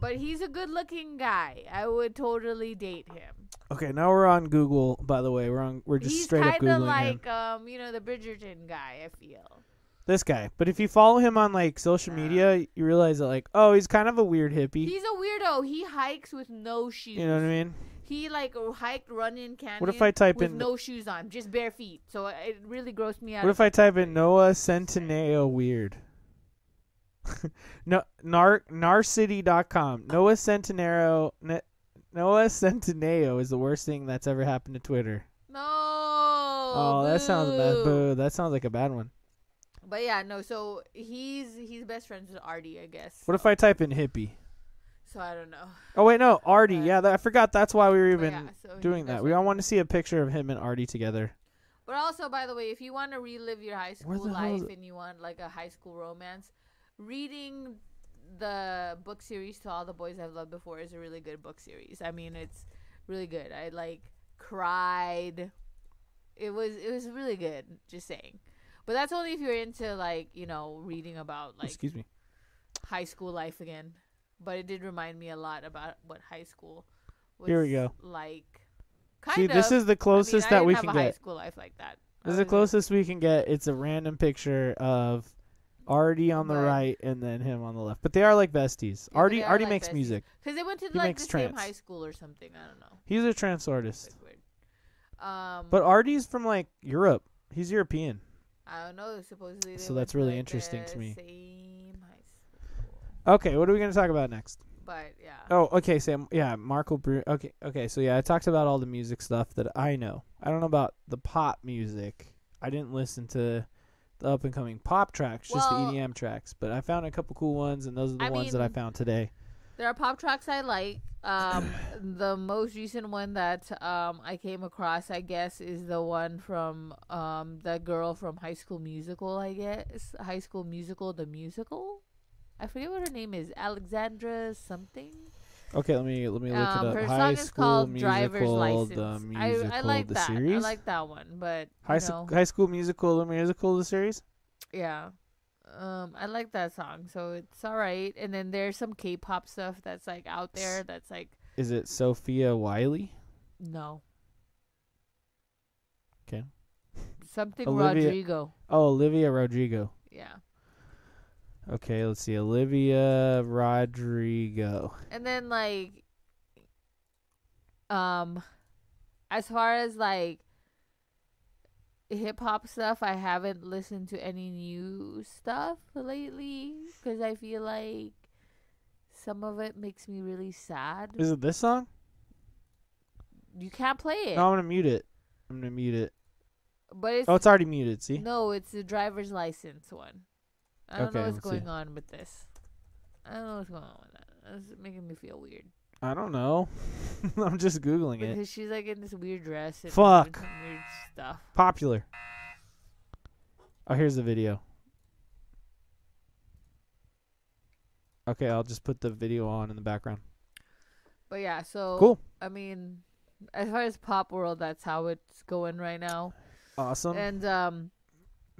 Speaker 3: but he's a good-looking guy. I would totally date him.
Speaker 2: Okay, now we're on Google. By the way, we're on. We're just
Speaker 3: he's
Speaker 2: straight up
Speaker 3: kind of
Speaker 2: googling him.
Speaker 3: like, um, you know, the Bridgerton guy. I feel.
Speaker 2: This guy. But if you follow him on like social
Speaker 3: Uh.
Speaker 2: media, you realize that like, oh, he's kind of a weird hippie.
Speaker 3: He's a weirdo. He hikes with no shoes.
Speaker 2: you know what I mean?
Speaker 3: He like hiked, run in canyon.
Speaker 2: if I type
Speaker 3: with
Speaker 2: in-
Speaker 3: no shoes on, just bare feet? So it really grossed me out.
Speaker 2: What if I type in Noah Centineo weird? no, nar narcity.com. Noah Centineo. Ne, Noah Centineo is the worst thing that's ever happened to Twitter.
Speaker 3: No.
Speaker 2: Oh,
Speaker 3: Oh,
Speaker 2: that sounds bad. Boo. That sounds like a bad one.
Speaker 3: But yeah, no. So he's he's best friends with Artie, I guess.
Speaker 2: What if I type in hippie?
Speaker 3: So I don't know.
Speaker 2: Oh wait, no, Artie.
Speaker 3: Uh,
Speaker 2: Yeah, that, I forgot. That's why we were
Speaker 3: but
Speaker 2: even
Speaker 3: yeah, so he's
Speaker 2: doing
Speaker 3: best
Speaker 2: that. We
Speaker 3: friends
Speaker 2: all
Speaker 3: with-
Speaker 2: want to see a picture of him and Artie together.
Speaker 3: But also, by the way, if you want to relive your high
Speaker 2: Where
Speaker 3: school
Speaker 2: the hell is
Speaker 3: life
Speaker 2: it?
Speaker 3: and you want like a high school romance, reading the book series to all the boys I've loved before is a really good book series. I mean, it's really good. I like cried. It was it was really good. Just saying. But that's only if you're into like you know reading about like
Speaker 2: Excuse me.
Speaker 3: high school life again. But it did remind me a lot about what high school was
Speaker 2: Here we go.
Speaker 3: like. Kind
Speaker 2: See,
Speaker 3: of.
Speaker 2: this is the
Speaker 3: I mean,
Speaker 2: closest
Speaker 3: I
Speaker 2: that
Speaker 3: didn't
Speaker 2: we
Speaker 3: have
Speaker 2: can
Speaker 3: a high
Speaker 2: get.
Speaker 3: school life like that. I
Speaker 2: This is the
Speaker 3: was-
Speaker 2: closest we can get. It's a random picture of Artie on the
Speaker 3: Right.
Speaker 2: right and then him on the left. But they are like besties.
Speaker 3: they
Speaker 2: Artie
Speaker 3: are
Speaker 2: Artie
Speaker 3: like
Speaker 2: makes
Speaker 3: besties.
Speaker 2: music.
Speaker 3: Because they went to
Speaker 2: He
Speaker 3: like
Speaker 2: makes
Speaker 3: the same
Speaker 2: trance.
Speaker 3: high school or something. I don't know.
Speaker 2: He's a trance artist.
Speaker 3: It's weird. Um,
Speaker 2: But Artie's from like Europe. He's European.
Speaker 3: I don't know. Supposedly, they
Speaker 2: So
Speaker 3: went
Speaker 2: that's
Speaker 3: to,
Speaker 2: really
Speaker 3: like,
Speaker 2: interesting
Speaker 3: the
Speaker 2: to me.
Speaker 3: Same high school.
Speaker 2: Okay, what are we going to talk about next?
Speaker 3: But yeah,
Speaker 2: Oh, okay, Sam. Yeah, Marco Bru. Okay, okay. So yeah, I talked about all the music stuff that I know. I don't know about the pop music. I didn't listen to the up and coming pop tracks, just
Speaker 3: Well-
Speaker 2: the EDM tracks. But I found a couple cool ones, and those are the
Speaker 3: I
Speaker 2: ones that I
Speaker 3: mean-
Speaker 2: found today.
Speaker 3: there are pop tracks I like. Um, the most recent one that um I came across, I guess, is the one from um that girl from High School Musical. I guess High School Musical, the musical. I forget what her name is. Alexandra something.
Speaker 2: Okay, let me let me look
Speaker 3: Um,
Speaker 2: it
Speaker 3: her
Speaker 2: up. High
Speaker 3: song is
Speaker 2: School
Speaker 3: called Driver's
Speaker 2: Musical,
Speaker 3: License.
Speaker 2: the
Speaker 3: I,
Speaker 2: musical,
Speaker 3: I like
Speaker 2: the
Speaker 3: that.
Speaker 2: series.
Speaker 3: I like that one, but
Speaker 2: High,
Speaker 3: you
Speaker 2: Sc-
Speaker 3: know,
Speaker 2: High School Musical, the musical, the series.
Speaker 3: yeah, um, I like that song, so it's all right. And then there's some K-pop stuff that's like out there. That's like
Speaker 2: Is it Sophia Wiley?
Speaker 3: no.
Speaker 2: 'Kay.
Speaker 3: Something
Speaker 2: Olivia-
Speaker 3: Rodrigo.
Speaker 2: Oh, Olivia Rodrigo.
Speaker 3: Yeah.
Speaker 2: Okay, let's see. Olivia Rodrigo.
Speaker 3: And then like um as far as like hip hop stuff, I haven't listened to any new stuff lately cuz I feel like some of it makes me really sad.
Speaker 2: Is it this song?
Speaker 3: You can't play it.
Speaker 2: No, I'm gonna mute it. I'm gonna mute it.
Speaker 3: but it's,
Speaker 2: Oh, it's already muted. See?
Speaker 3: no, it's the driver's license one. I don't
Speaker 2: Okay,
Speaker 3: know
Speaker 2: let's
Speaker 3: what's
Speaker 2: see.
Speaker 3: going on with this. I don't know what's going on with that. It's making me feel weird.
Speaker 2: I don't know. I'm just googling it.
Speaker 3: Because she's like in this weird dress and doing
Speaker 2: eh. Fuck.
Speaker 3: some weird stuff.
Speaker 2: Popular. Oh, here's the video. Okay, I'll just put the video on in the background.
Speaker 3: But yeah, so
Speaker 2: Cool.
Speaker 3: I mean, as far as pop world, that's how it's going right now.
Speaker 2: Awesome.
Speaker 3: And um,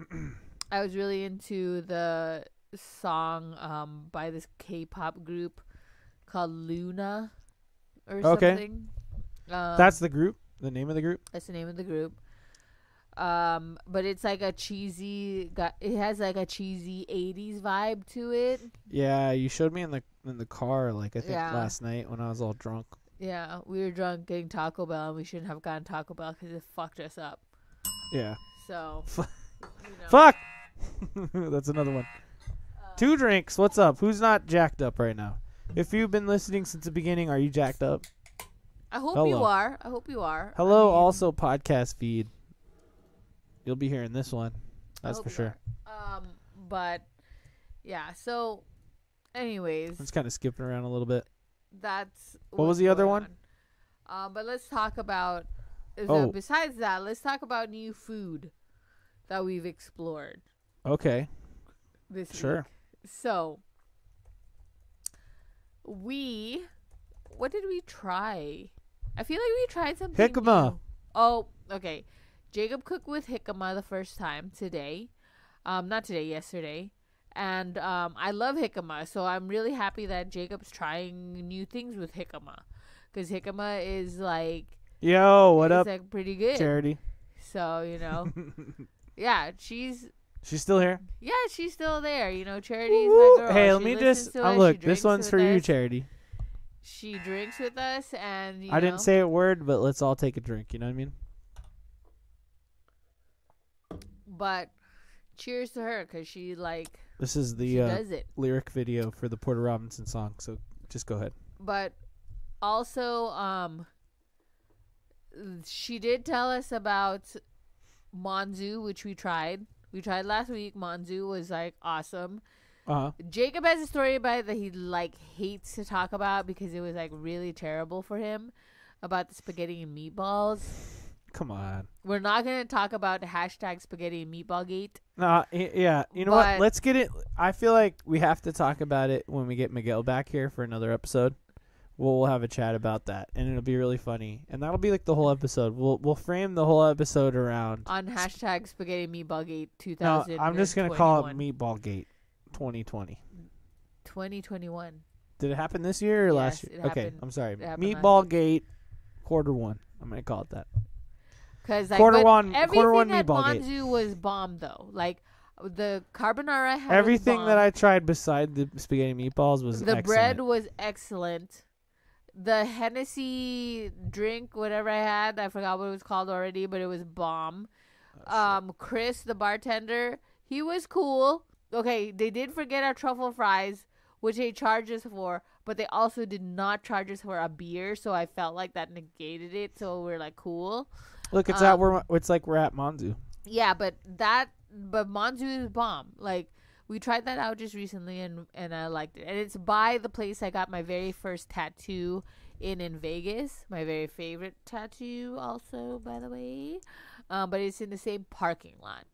Speaker 3: I was really into the song um by this K-pop group called Luna or
Speaker 2: Okay.
Speaker 3: something. Um,
Speaker 2: That's the group. The name of the group.
Speaker 3: that's the name of the group. Um, but it's like a cheesy. Got it has like a cheesy '80s vibe to it.
Speaker 2: Yeah, you showed me in the in the car like I think
Speaker 3: Yeah.
Speaker 2: last night when I was all drunk.
Speaker 3: Yeah, we were drunk getting Taco Bell, and we shouldn't have gotten Taco Bell because it fucked us up.
Speaker 2: Yeah.
Speaker 3: So,
Speaker 2: Fu-
Speaker 3: you know.
Speaker 2: Fuck. That's another one.
Speaker 3: Uh,
Speaker 2: Two drinks. What's up? Who's not jacked up right now? If you've been listening since the beginning, are you jacked up?
Speaker 3: I hope you
Speaker 2: Hello.
Speaker 3: are. I hope you are. I
Speaker 2: Hello,
Speaker 3: mean,
Speaker 2: also podcast feed. You'll be hearing this one.
Speaker 3: I
Speaker 2: That's
Speaker 3: hope
Speaker 2: for
Speaker 3: you
Speaker 2: sure.
Speaker 3: are. Um, but yeah. So, anyways,
Speaker 2: I'm just kind of skipping around a little bit.
Speaker 3: that's
Speaker 2: was
Speaker 3: what's
Speaker 2: the other
Speaker 3: going
Speaker 2: one?
Speaker 3: on. Um, but let's talk about. so
Speaker 2: Oh.
Speaker 3: besides that, let's talk about new food that we've explored
Speaker 2: Okay.
Speaker 3: this
Speaker 2: Sure.
Speaker 3: week. So, we what did we try? I feel like we tried something.
Speaker 2: Hickama.
Speaker 3: new. Oh, okay. Jacob cooked with jicama the first time today. Um, not today, yesterday. And um, I love jicama, so I'm really happy that Jacob's trying new things with jicama, because jicama is like
Speaker 2: Yo, what
Speaker 3: is,
Speaker 2: up,
Speaker 3: like pretty good.
Speaker 2: Charity?
Speaker 3: So you know, yeah, she's
Speaker 2: She's still here.
Speaker 3: yeah, she's still there. You know, Charity's my
Speaker 2: Woo!
Speaker 3: girl.
Speaker 2: Hey,
Speaker 3: She
Speaker 2: let me
Speaker 3: listens
Speaker 2: just
Speaker 3: to
Speaker 2: uh,
Speaker 3: us,
Speaker 2: look.
Speaker 3: she
Speaker 2: This
Speaker 3: drinks
Speaker 2: one's
Speaker 3: with
Speaker 2: for you,
Speaker 3: us,
Speaker 2: Charity.
Speaker 3: She drinks with us, and you
Speaker 2: I didn't
Speaker 3: know-
Speaker 2: say a word, but let's all take a drink. You know what I mean?
Speaker 3: But cheers to her, cause she like
Speaker 2: This is
Speaker 3: she
Speaker 2: the uh,
Speaker 3: does it.
Speaker 2: lyric video for the Porter Robinson song. So just go ahead.
Speaker 3: But also, um, she did tell us about Monzu, which we tried. We tried last week. Monzu was like awesome.
Speaker 2: Uh huh.
Speaker 3: Jacob has a story about it that he like hates to talk about because it was like really terrible for him about the spaghetti and meatballs.
Speaker 2: Come on.
Speaker 3: We're not gonna talk about hashtag spaghetti and meatball gate.
Speaker 2: Nah, y- yeah. You know what?
Speaker 3: But-
Speaker 2: Let's get it. I feel like we have to talk about it when we get Miguel back here for another episode. We'll, we'll have a chat about that, and it'll be really funny. And that'll be like the whole episode. We'll we'll frame the whole episode around.
Speaker 3: on hashtag spaghetti meatball gate
Speaker 2: No,
Speaker 3: 2000
Speaker 2: I'm just gonna call it Meatball Gate 2020.
Speaker 3: 2021
Speaker 2: Did it happen this year or last
Speaker 3: Yes,
Speaker 2: year?
Speaker 3: it
Speaker 2: okay,
Speaker 3: happened-
Speaker 2: I'm sorry.
Speaker 3: happened last
Speaker 2: Meatball Gate quarter one. I'm gonna call it that.
Speaker 3: because like,
Speaker 2: Quarter
Speaker 3: but
Speaker 2: one- quarter
Speaker 3: everything
Speaker 2: one
Speaker 3: at
Speaker 2: meatball gate.
Speaker 3: Monzu was bomb though like the carbonara had was
Speaker 2: Everything that
Speaker 3: bomb.
Speaker 2: I tried beside the spaghetti meatballs was
Speaker 3: the
Speaker 2: excellent.
Speaker 3: bread was excellent the hennessy drink whatever i had i forgot what it was called already but it was bomb
Speaker 2: Oh,
Speaker 3: um chris the bartender he was cool okay they did forget our truffle fries which they charged us for but they also did not charge us for a beer so i felt like that negated it so we're like cool
Speaker 2: Look, it's
Speaker 3: um,
Speaker 2: at we're it's like we're at Monzu.
Speaker 3: yeah, but that but Monzu is bomb. Like we tried that out just recently and and I liked it. And it's by the place I got my very first tattoo in in Vegas. My very favorite tattoo also, by the way. Um, but it's in the same parking lot.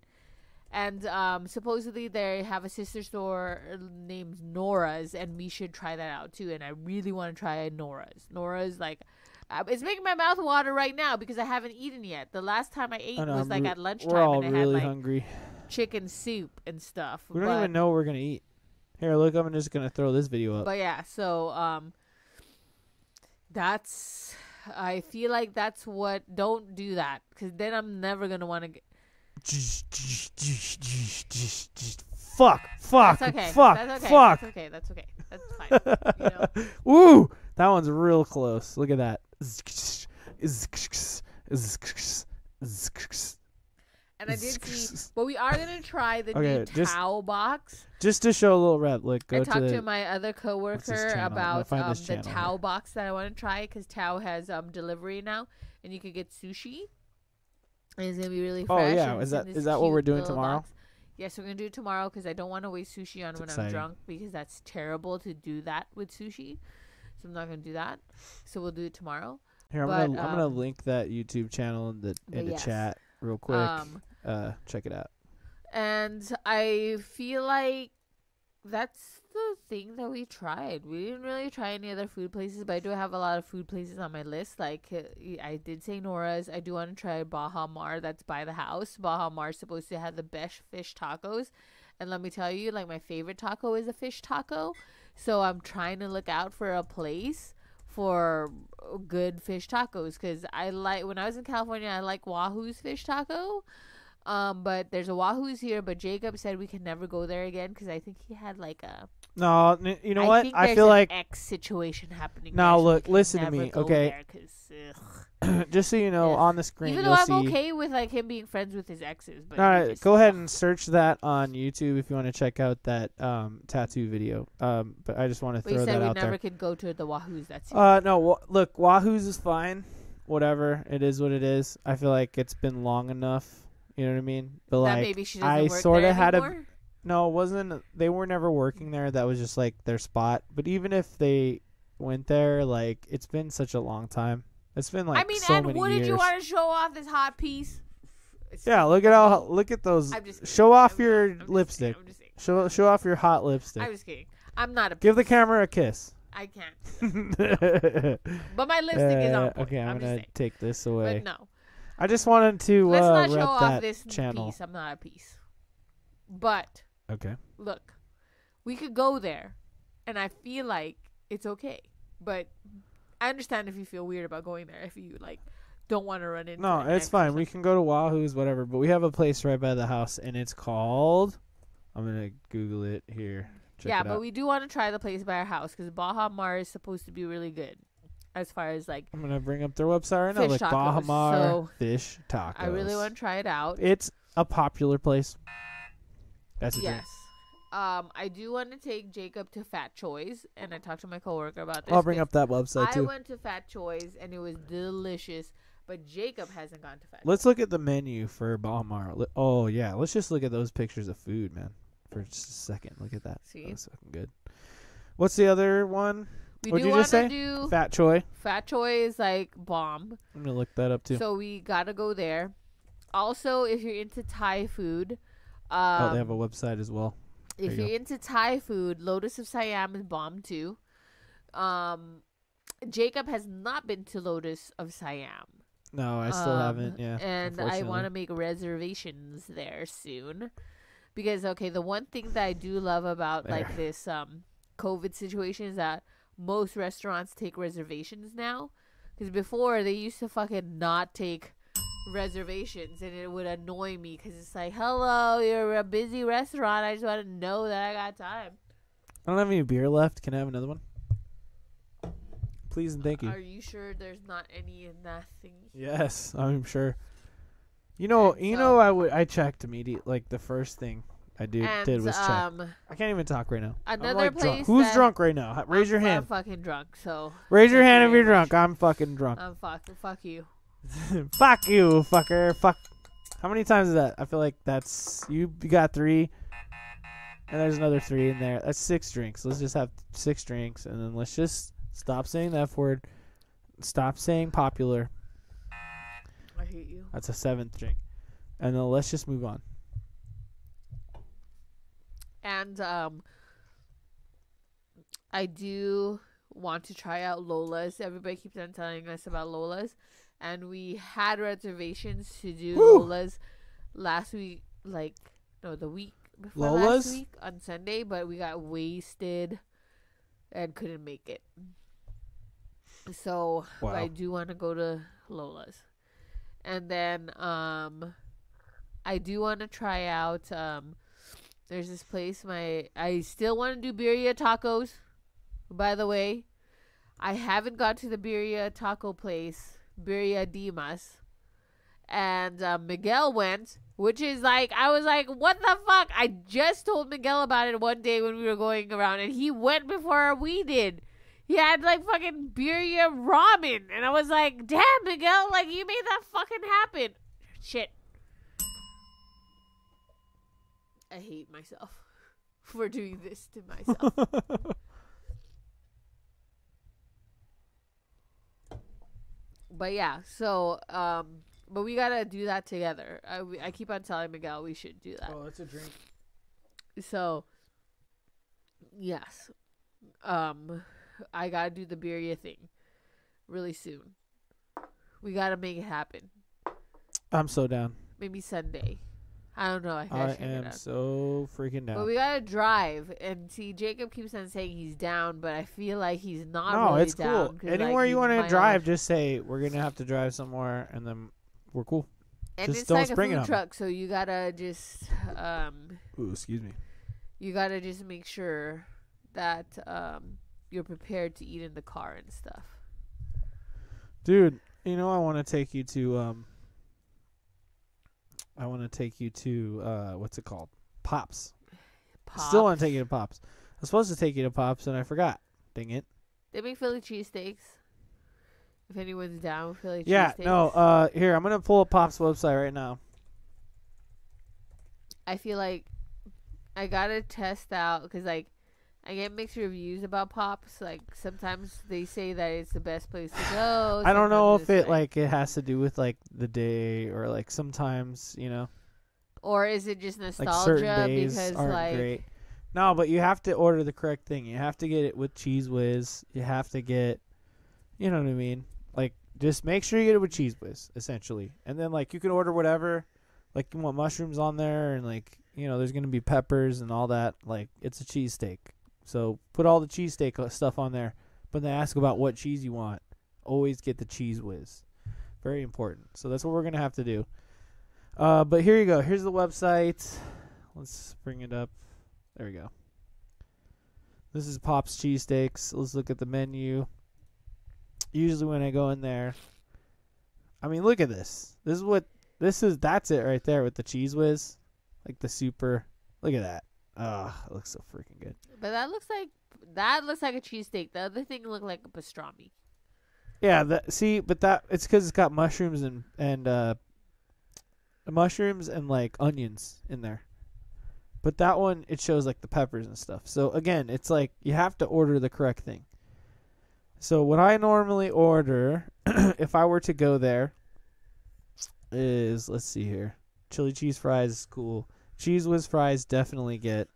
Speaker 3: And um, supposedly they have a sister store named Nora's, and we should try that out too. And I really want to try Nora's. Nora's like, uh, it's making my mouth water right now because I haven't eaten yet. The last time I ate
Speaker 2: I know,
Speaker 3: was
Speaker 2: I'm
Speaker 3: like
Speaker 2: re-
Speaker 3: at lunchtime,
Speaker 2: We're all
Speaker 3: and I had
Speaker 2: really
Speaker 3: like
Speaker 2: hungry.
Speaker 3: chicken soup and stuff.
Speaker 2: We don't
Speaker 3: but,
Speaker 2: even know what we're gonna eat. Here, look, I'm just gonna throw this video up.
Speaker 3: But yeah, so um, that's. I feel like that's what. Don't do that because then I'm never gonna want to. get
Speaker 2: Fuck! Fuck!
Speaker 3: That's okay.
Speaker 2: Fuck!
Speaker 3: That's okay.
Speaker 2: Fuck!
Speaker 3: That's okay. That's okay. That's fine. You know?
Speaker 2: Ooh, that one's real close. Look at that.
Speaker 3: And I did see, but we are gonna try the new
Speaker 2: Okay, just-
Speaker 3: towel box.
Speaker 2: Just to show a little rep, look, go
Speaker 3: I talked
Speaker 2: to,
Speaker 3: to,
Speaker 2: the,
Speaker 3: my other coworker
Speaker 2: channel? I'm gonna
Speaker 3: about
Speaker 2: find
Speaker 3: um,
Speaker 2: this
Speaker 3: the
Speaker 2: channel
Speaker 3: Tao box that I want to try because Tao has um delivery now, and you can get sushi. And it's gonna be really
Speaker 2: Oh,
Speaker 3: fresh.
Speaker 2: yeah.
Speaker 3: and
Speaker 2: Is
Speaker 3: it's in
Speaker 2: that-
Speaker 3: this
Speaker 2: is that what we're
Speaker 3: cute
Speaker 2: doing
Speaker 3: little
Speaker 2: tomorrow?
Speaker 3: box. Yes, we're gonna do it tomorrow because I don't want to waste sushi on when
Speaker 2: exciting.
Speaker 3: I'm drunk because that's terrible to do that with sushi. So I'm not gonna do that. So we'll do it tomorrow.
Speaker 2: Here, I'm
Speaker 3: but,
Speaker 2: gonna I'm gonna
Speaker 3: um,
Speaker 2: link that YouTube channel in the
Speaker 3: but
Speaker 2: in the
Speaker 3: yes.
Speaker 2: chat real quick.
Speaker 3: Um,
Speaker 2: uh, check it out.
Speaker 3: and I feel like that's the thing that we tried. We didn't really try any other food places, but I do have a lot of food places on my list. Like uh, I did say Nora's. I do want to try Baja Mar. That's by the house. Baja Mar is supposed to have the best fish tacos, and let me tell you, like my favorite taco is a fish taco. So I'm trying to look out for a place for good fish tacos because I like when I was in California, I like Wahoo's fish taco. Um, but there's a Wahoo's here, but Jacob said we can never go there again because I think he had like a.
Speaker 2: No, n- you know
Speaker 3: I
Speaker 2: what?
Speaker 3: Think
Speaker 2: I
Speaker 3: there's
Speaker 2: feel
Speaker 3: an
Speaker 2: like
Speaker 3: X situation happening.
Speaker 2: now.
Speaker 3: there, so we
Speaker 2: Look,
Speaker 3: can
Speaker 2: listen to
Speaker 3: never
Speaker 2: me,
Speaker 3: go
Speaker 2: okay?
Speaker 3: there 'cause, ugh.
Speaker 2: Just so you know,
Speaker 3: Yes.
Speaker 2: on the screen
Speaker 3: Even though
Speaker 2: you'll
Speaker 3: I'm
Speaker 2: see.
Speaker 3: okay with like him being friends with his exes, but
Speaker 2: All
Speaker 3: we
Speaker 2: right,
Speaker 3: just-
Speaker 2: go ahead and search that on YouTube if you want to check out that um, tattoo video. Um, but I just want to
Speaker 3: But he
Speaker 2: throw
Speaker 3: said
Speaker 2: that
Speaker 3: we
Speaker 2: out
Speaker 3: never
Speaker 2: there.
Speaker 3: could go to the Wahoo's. That's it.
Speaker 2: Uh, no, wa- look, Wahoo's is fine. Whatever it is, what it is. I feel like it's been long enough. You know what I mean? But
Speaker 3: that
Speaker 2: like,
Speaker 3: maybe she doesn't
Speaker 2: I
Speaker 3: work
Speaker 2: sorta
Speaker 3: there
Speaker 2: had a-
Speaker 3: anymore?
Speaker 2: no, it wasn't. They were never working there. That was just like their spot. But even if they went there, like it's been such a long time. It's been like
Speaker 3: I mean,
Speaker 2: so
Speaker 3: and
Speaker 2: many
Speaker 3: wouldn't
Speaker 2: years.
Speaker 3: you want to show off this hot piece? It's-
Speaker 2: yeah, look at how look at those.
Speaker 3: I'm just kidding.
Speaker 2: Show off
Speaker 3: I'm not-
Speaker 2: your
Speaker 3: I'm just kidding,
Speaker 2: lipstick.
Speaker 3: I'm just kidding.
Speaker 2: Show show off your hot lipstick.
Speaker 3: I'm just kidding. I'm not a.
Speaker 2: Give the camera a kiss.
Speaker 3: I can't.
Speaker 2: Listing
Speaker 3: But my listing is on point.
Speaker 2: Uh, Okay, I'm,
Speaker 3: just
Speaker 2: gonna
Speaker 3: saying.
Speaker 2: take this
Speaker 3: But
Speaker 2: away.
Speaker 3: no,
Speaker 2: I just wanted to
Speaker 3: let's
Speaker 2: uh,
Speaker 3: not show
Speaker 2: rep
Speaker 3: off
Speaker 2: that
Speaker 3: this
Speaker 2: channel.
Speaker 3: piece. I'm not a piece. But
Speaker 2: Okay.
Speaker 3: look, we could go there, and I feel like it's okay. But I understand if you feel weird about going there. If you like, don't want to run into.
Speaker 2: No,
Speaker 3: an ex
Speaker 2: it's
Speaker 3: or
Speaker 2: fine. We
Speaker 3: something.
Speaker 2: can go to Wahoo's, whatever. But we have a place right by the house, and it's called. I'm gonna Google it here. Check
Speaker 3: yeah,
Speaker 2: it
Speaker 3: but
Speaker 2: out.
Speaker 3: we do want to try the place by our house because Baja Mar is supposed to be really good, as far as like
Speaker 2: I'm gonna bring up their website right now, like
Speaker 3: Fish tacos,
Speaker 2: Bahamar
Speaker 3: so
Speaker 2: Fish Tacos.
Speaker 3: I really want to try it out.
Speaker 2: It's a popular place. That's a drink.
Speaker 3: Yes. Um, I do want to take Jacob to Fat Choi's, and I talked to my coworker about this.
Speaker 2: I'll bring
Speaker 3: because
Speaker 2: up that website
Speaker 3: I
Speaker 2: too.
Speaker 3: went to Fat Choi's, and it was delicious. But Jacob hasn't gone to Fat.
Speaker 2: Let's look at the menu for Bahamar. Li- Oh yeah, let's just look at those pictures of food, man, for just a second. Look at that.
Speaker 3: See?
Speaker 2: that looks fucking good. What's the other one?
Speaker 3: Choi's. we
Speaker 2: What'd
Speaker 3: do
Speaker 2: you
Speaker 3: want
Speaker 2: just
Speaker 3: to
Speaker 2: say?
Speaker 3: do Fat,
Speaker 2: Fat Choi.
Speaker 3: Choy is like bomb,
Speaker 2: I'm gonna look that up too.
Speaker 3: so we gotta go there. Also, if you're into Thai food, um,
Speaker 2: oh, they have a website as well.
Speaker 3: if
Speaker 2: There you
Speaker 3: you're into Thai food, Lotus of Siam is bomb too. Um, Jacob has not been to Lotus of Siam.
Speaker 2: No, I still
Speaker 3: Um,
Speaker 2: haven't. Yeah,
Speaker 3: And I want to
Speaker 2: unfortunately.
Speaker 3: make reservations there soon. Because okay, the one thing that I do love about like
Speaker 2: There.
Speaker 3: this um COVID situation is that most restaurants take reservations now. Because before they used to fucking not take reservations, and it would annoy me because it's like, "Hello, you're a busy restaurant. I just want to know that I got time."
Speaker 2: I don't have any beer left. Can I have another one? Please and thank you.
Speaker 3: Are you sure there's not any in that thingy?
Speaker 2: Yes, I'm sure. You know,
Speaker 3: And
Speaker 2: you
Speaker 3: so-
Speaker 2: know, I would I checked immediately. Like the first thing I do,
Speaker 3: and
Speaker 2: did was check.
Speaker 3: um,
Speaker 2: I can't even talk right now. I'm,
Speaker 3: another
Speaker 2: like,
Speaker 3: place
Speaker 2: drunk. Who's
Speaker 3: that-
Speaker 2: drunk right now? Hi- Raise your
Speaker 3: I'm
Speaker 2: hand.
Speaker 3: fucking drunk, so
Speaker 2: Raise your
Speaker 3: Thank
Speaker 2: hand
Speaker 3: you
Speaker 2: if you're
Speaker 3: very much.
Speaker 2: drunk. I'm fucking drunk.
Speaker 3: I'm fucked. Fuck you. Um,
Speaker 2: Fuck you, fucker. Fuck. How many times is that? I feel like that's you. You got three, and there's another three in there. That's six drinks. Let's just have six drinks, and then let's just stop saying that word. Stop saying popular.
Speaker 3: I hate you.
Speaker 2: That's a seventh drink, and then let's just move on.
Speaker 3: And um, I do want to try out Lola's. Everybody keeps on telling us about Lola's, and we had reservations to do
Speaker 2: Woo!
Speaker 3: Lola's last week, like no, the week before
Speaker 2: Lola's?
Speaker 3: last week on Sunday, but we got wasted and couldn't make it. So
Speaker 2: Wow.
Speaker 3: I do want to go to Lola's, and then um, I do want to try out um. There's this place. My I still want to do birria tacos. By the way, I haven't got to the birria taco place, Birria Dimas, and uh, Miguel went, which is like I was like, what the fuck? I just told Miguel about it one day when we were going around, and he went before we did. He had like fucking birria ramen, and I was like, damn, Miguel, like you made that fucking happen. Shit. I hate myself for doing this to myself. but yeah, so um, but we gotta do that together. I, we- I keep on telling Miguel we should do that.
Speaker 2: Oh, that's a drink.
Speaker 3: So yes, um, I gotta do the birria thing really soon. We gotta make it happen.
Speaker 2: I'm so down.
Speaker 3: Maybe Sunday. I don't know. I gotta
Speaker 2: I
Speaker 3: check it
Speaker 2: am
Speaker 3: out.
Speaker 2: so freaking down.
Speaker 3: But we gotta drive and see. Jacob keeps on saying he's down, but I feel like he's not.
Speaker 2: no,
Speaker 3: really
Speaker 2: it's
Speaker 3: down,
Speaker 2: cool.
Speaker 3: 'cause, like,
Speaker 2: Anywhere
Speaker 3: he
Speaker 2: you want
Speaker 3: might
Speaker 2: to
Speaker 3: not-
Speaker 2: drive, just say we're gonna have to drive somewhere, and then we're cool.
Speaker 3: and
Speaker 2: just
Speaker 3: it's
Speaker 2: don't
Speaker 3: like a
Speaker 2: spring it
Speaker 3: food
Speaker 2: on me.
Speaker 3: truck, so you gotta just um,
Speaker 2: Ooh, excuse me.
Speaker 3: you gotta just make sure that um, you're prepared to eat in the car and stuff.
Speaker 2: Dude, you know I want to take you to um I want to take you to uh what's it called? Pops.
Speaker 3: Pop.
Speaker 2: Still want to take you to Pops. I was supposed to take you to Pops and I forgot. Dang it.
Speaker 3: They make Philly cheesesteaks. If anyone's down with Philly
Speaker 2: Yeah,
Speaker 3: cheesesteaks.
Speaker 2: no. Uh here, I'm going to pull up Pops website right now.
Speaker 3: I feel like I gotta test out because like I get mixed reviews about Pops. Like sometimes they say that it's the best place to go.
Speaker 2: I don't know
Speaker 3: sometimes
Speaker 2: if
Speaker 3: it's,
Speaker 2: it like it has to do with like the day or like sometimes, you know,
Speaker 3: or is it just
Speaker 2: like
Speaker 3: nostalgia
Speaker 2: certain days
Speaker 3: because
Speaker 2: aren't
Speaker 3: like
Speaker 2: great. No, but you have to order the correct thing. You have to get it with cheese whiz. You have to get, you know what I mean. Like just make sure you get it with cheese whiz, essentially. And then like you can order whatever, like you want mushrooms on there, and like you know there's gonna be peppers and all that. Like it's a cheesesteak, so put all the cheesesteak uh, stuff on there. But then ask about what cheese you want. Always get the cheese whiz. Very important. So that's what we're gonna have to do. Uh, but here you go. Here's the website. Let's bring it up. There we go. This is Pop's Cheesesteaks. Let's look at the menu. Usually when I go in there, I mean, look at this. This is what this is. That's it right there with the cheese whiz, like the super. Look at that. Ah, it looks so freaking good.
Speaker 3: But that looks like that looks like a cheesesteak. The other thing looked like a pastrami.
Speaker 2: Yeah, that see, but that it's because it's got mushrooms and and uh, mushrooms and like onions in there. But that one it shows like the peppers and stuff. So again, it's like you have to order the correct thing. So what I normally order if I were to go there is let's see here. Chili cheese fries is cool. Cheese whiz fries definitely get.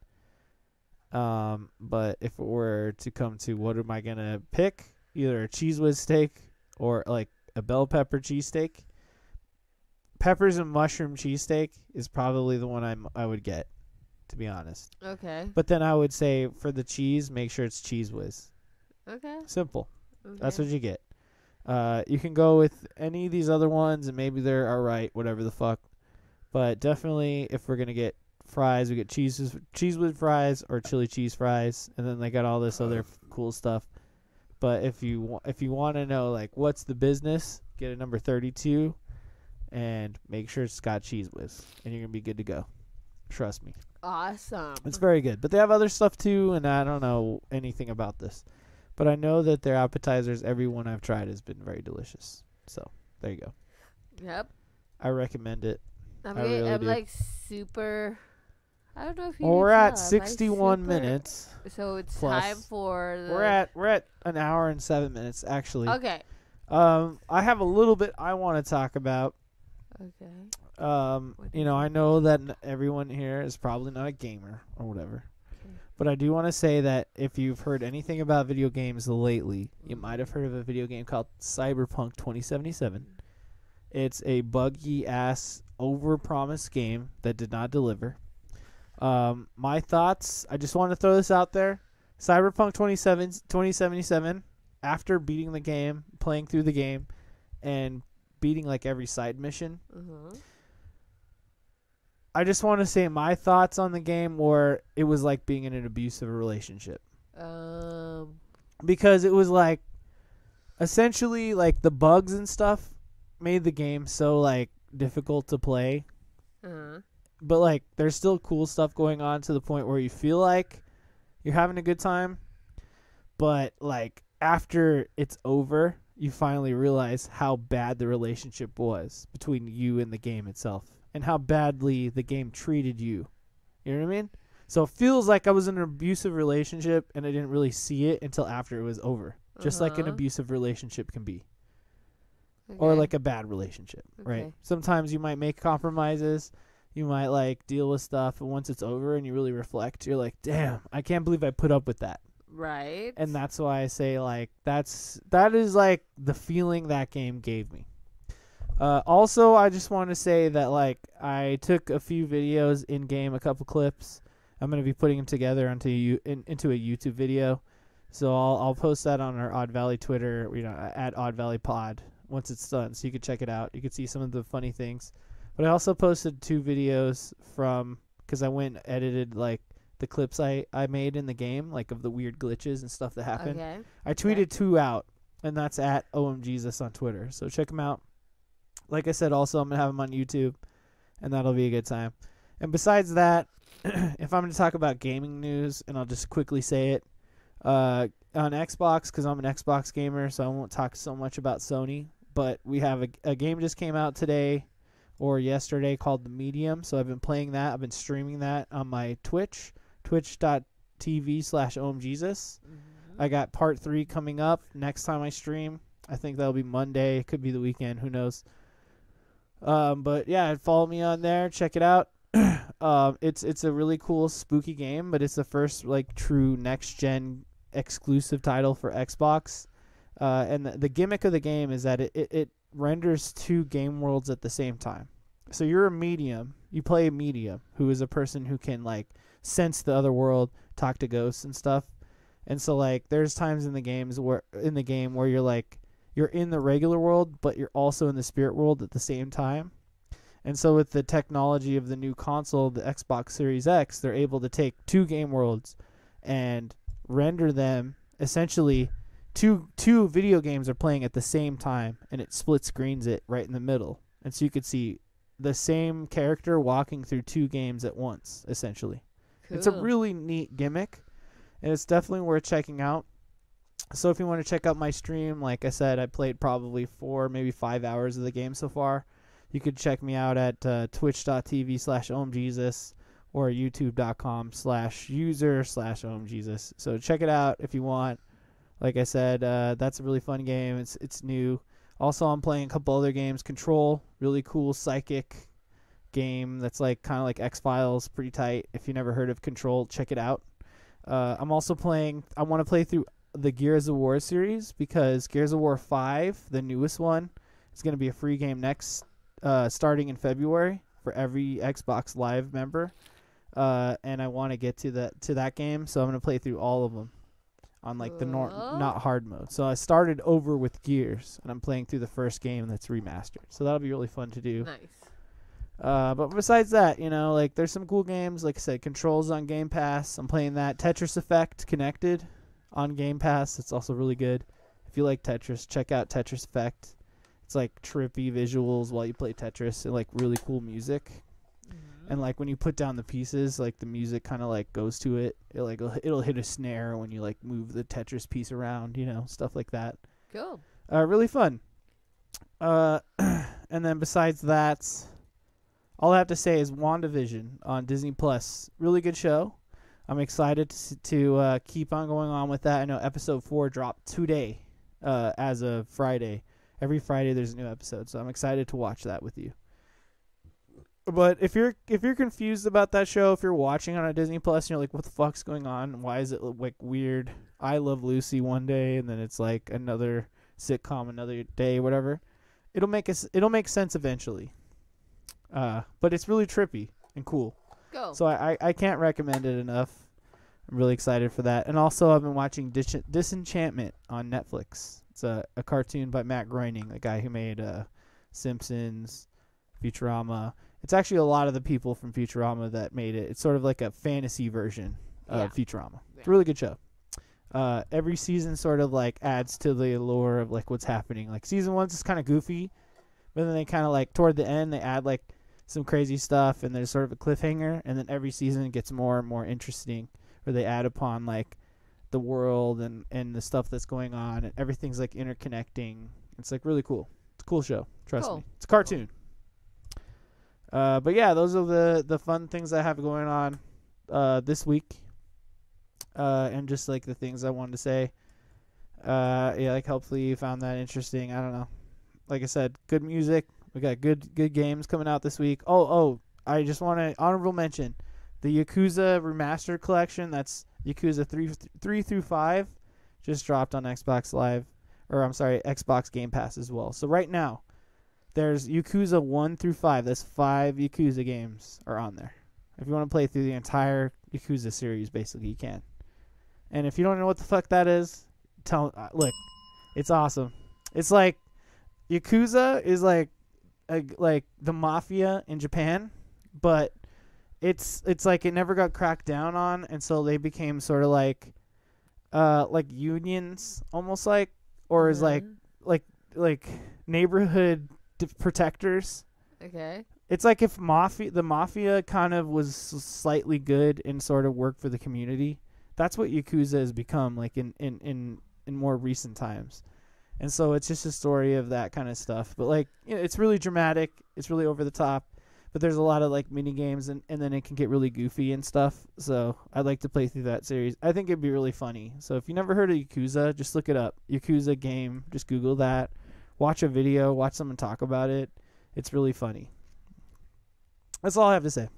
Speaker 2: Um, but if it were to come to what am I gonna pick? Either a cheese whiz steak or like a bell pepper cheesesteak. Peppers and mushroom cheesesteak is probably the one I'm I would get, to be honest.
Speaker 3: Okay.
Speaker 2: But then I would say for the cheese, make sure it's cheese whiz.
Speaker 3: Okay.
Speaker 2: Simple. That's
Speaker 3: okay.
Speaker 2: what you get. Uh, you can go with any of these other ones, and maybe they're all right, whatever the fuck. But definitely, if we're gonna get fries, we get cheeses, cheese with fries, or chili cheese fries, and then they got all this other f- cool stuff. But if you wa- if you want to know like what's the business, get a number thirty two, and make sure it's got cheese whiz, and you're gonna be good to go. Trust me.
Speaker 3: awesome.
Speaker 2: It's very good. But they have other stuff too, and I don't know anything about this. But I know that their appetizers, every one I've tried, has been very delicious. So there you go.
Speaker 3: Yep.
Speaker 2: I recommend it.
Speaker 3: I'm,
Speaker 2: I
Speaker 3: getting,
Speaker 2: really
Speaker 3: I'm
Speaker 2: do.
Speaker 3: like super. I don't know if you.
Speaker 2: Well,
Speaker 3: can
Speaker 2: we're
Speaker 3: tell,
Speaker 2: at
Speaker 3: I'm, like,
Speaker 2: 61
Speaker 3: super-
Speaker 2: minutes.
Speaker 3: So it's
Speaker 2: plus.
Speaker 3: time for. The,
Speaker 2: We're at we're at an hour and seven minutes actually.
Speaker 3: Okay.
Speaker 2: Um, I have a little bit I want to talk about.
Speaker 3: Okay.
Speaker 2: Um,
Speaker 3: What
Speaker 2: you
Speaker 3: is
Speaker 2: know,
Speaker 3: it?
Speaker 2: I know that n- everyone here is probably not a gamer or whatever.
Speaker 3: Okay.
Speaker 2: But I do want to say that if you've heard anything about video games lately, you might have heard of a video game called Cyberpunk 2077. It's a buggy ass, overpromised game that did not deliver. Um, my thoughts, I just want to throw this out there. Cyberpunk 27, 2077, after beating the game, playing through the game, and beating like every side mission,
Speaker 3: Mhm.
Speaker 2: I just want to say my thoughts on the game were it was like being in an abusive relationship
Speaker 3: Um.
Speaker 2: because it was like essentially like the bugs and stuff made the game so like difficult to play,
Speaker 3: Uh,
Speaker 2: but like there's still cool stuff going on to the point where you feel like you're having a good time, but like after it's over, you finally realize how bad the relationship was between you and the game itself and how badly the game treated you. You know what I mean? So it feels like I was in an abusive relationship and I didn't really see it until after it was over. Just like an
Speaker 3: Uh-huh.
Speaker 2: abusive relationship can be or
Speaker 3: okay.
Speaker 2: like a bad relationship, right?
Speaker 3: Okay.
Speaker 2: Sometimes you might make compromises, you might like deal with stuff, and once it's over and you really reflect, you're like, "Damn, I can't believe I put up with that."
Speaker 3: Right.
Speaker 2: And that's why I say like that's that is like the feeling that game gave me. Uh, also, I just want to say that like I took a few videos in game, a couple clips. I'm gonna be putting them together onto you in, into a YouTube video, so I'll I'll post that on our Odd Valley Twitter, you know, at Odd Valley Pod once it's done, so you can check it out. You can see some of the funny things, but I also posted two videos from because I went and edited like the clips I I made in the game, like of the weird glitches and stuff that happened.
Speaker 3: Okay.
Speaker 2: I tweeted two out, and that's at OMGesus on Twitter. So check them out. Like I said, also I'm gonna have them on YouTube, and that'll be a good time. And besides that, if I'm gonna talk about gaming news, and I'll just quickly say it, uh, on Xbox because I'm an Xbox gamer, so I won't talk so much about Sony. But we have a, a game just came out today or yesterday called The Medium. So I've been playing that. I've been streaming that on my Twitch, twitch.tv slash omjesus.
Speaker 3: Mhm.
Speaker 2: I got part three coming up next time I stream. I think that'll be Monday. It could be the weekend. Who knows? Um, but yeah, follow me on there. Check it out. Um, it's it's a really cool spooky game, but it's the first like true next gen exclusive title for Xbox. Uh, and the, the gimmick of the game is that it, it, it renders two game worlds at the same time. So you're a medium. You play a medium who is a person who can like sense the other world, talk to ghosts and stuff. And so like there's times in the games where in the game where you're like you're in the regular world, but you're also in the spirit world at the same time. And so with the technology of the new console, the Xbox Series X, they're able to take two game worlds and render them essentially two two video games are playing at the same time and it split screens it right in the middle. And so you could see the same character walking through two games at once, essentially. It's a
Speaker 3: Cool.
Speaker 2: really neat gimmick, and it's definitely worth checking out. So if you want to check out my stream, like I said, I played probably four, maybe five hours of the game so far. You could check me out at uh, twitch.tv slash omjesus or youtube.com slash user slash omjesus. So check it out if you want. Like I said, uh, that's a really fun game. It's it's new. Also, I'm playing a couple other games. Control, really cool psychic game that's like kind of like X Files, pretty tight. If you never heard of Control, check it out. Uh, I'm also playing. I want to play through the Gears of War series because Gears of War Five, the newest one, is going to be a free game next, uh, starting in February for every Xbox Live member. Uh, and I want to get to that to that game, so I'm going to play through all of them on like the nor-
Speaker 3: Cool.
Speaker 2: not hard mode. So I started over with Gears, and I'm playing through the first game that's remastered. So that'll be really fun to do.
Speaker 3: Nice.
Speaker 2: Uh, but besides that, you know, like there's some cool games. Like I said, Controls on Game Pass. I'm playing that Tetris Effect connected on Game Pass. It's also really good. If you like Tetris, check out Tetris Effect. It's like trippy visuals while you play Tetris and like really cool music. And like when you put down the pieces, like the music kind of like goes to it. It like it'll- it'll hit a snare when you like move the Tetris piece around, you know, stuff like that
Speaker 3: Cool.
Speaker 2: uh, really fun. Uh, and then besides that, all I have to say is WandaVision on Disney Plus. Really good show. I'm excited to s- to uh, keep on going on with that. I know episode four dropped today, uh, as of Friday. Every Friday there's a new episode, so I'm excited to watch that with you. But if you're if you're confused about that show, if you're watching on a Disney Plus and you're like, what the fuck's going on? Why is it like weird? I Love Lucy one day, and then it's like another sitcom another day, whatever. It'll make us. It'll make sense eventually. Uh, but it's really trippy and cool.
Speaker 3: Cool.
Speaker 2: So I, I, I can't recommend it enough. I'm really excited for that. And also, I've been watching Dis- Disenchantment on Netflix. It's a, a cartoon by Matt Groening, the guy who made uh, Simpsons, Futurama. It's actually a lot of the people from Futurama that made it. It's sort of like a fantasy version of Futurama. It's a
Speaker 3: Yeah.
Speaker 2: really good show. Uh, every season sort of like adds to the allure of like what's happening. Like season one's just kind of goofy, but then they kind of like toward the end they add like some crazy stuff and there's sort of a cliffhanger and then every season it gets more and more interesting where they add upon like the world and and the stuff that's going on and everything's like interconnecting it's like really cool it's a cool show trust
Speaker 3: Cool.
Speaker 2: me it's a cartoon uh but yeah those are the the fun things i have going on uh this week uh and just like the things i wanted to say uh yeah like hopefully you found that interesting i don't know like i said good music we got good good games coming out this week. Oh oh, I just want to honorable mention the Yakuza Remastered Collection. That's Yakuza three three through five, just dropped on Xbox Live, or I'm sorry, Xbox Game Pass as well. So right now, there's Yakuza one through five. That's five Yakuza games are on there. If you want to play through the entire Yakuza series, basically you can. And if you don't know what the fuck that is, tell uh, look, it's awesome. It's like Yakuza is like uh, like the mafia in Japan, but it's it's like it never got cracked down on, and so they became sort of like uh like unions, almost like or is like
Speaker 3: Mhm.
Speaker 2: like neighborhood d- protectors.
Speaker 3: Okay.
Speaker 2: It's like if mafia, the mafia kind of was s- slightly good and sort of worked for the community. That's what Yakuza has become, like in in in in more recent times. And so it's just a story of that kind of stuff. But like, you know, it's really dramatic. It's really over the top. But there's a lot of like mini games, and and then it can get really goofy and stuff. So I'd like to play through that series. I think it'd be really funny. So if you never heard of Yakuza, just look it up. Yakuza game. Just Google that. Watch a video. Watch someone talk about it. It's really funny. That's all I have to say.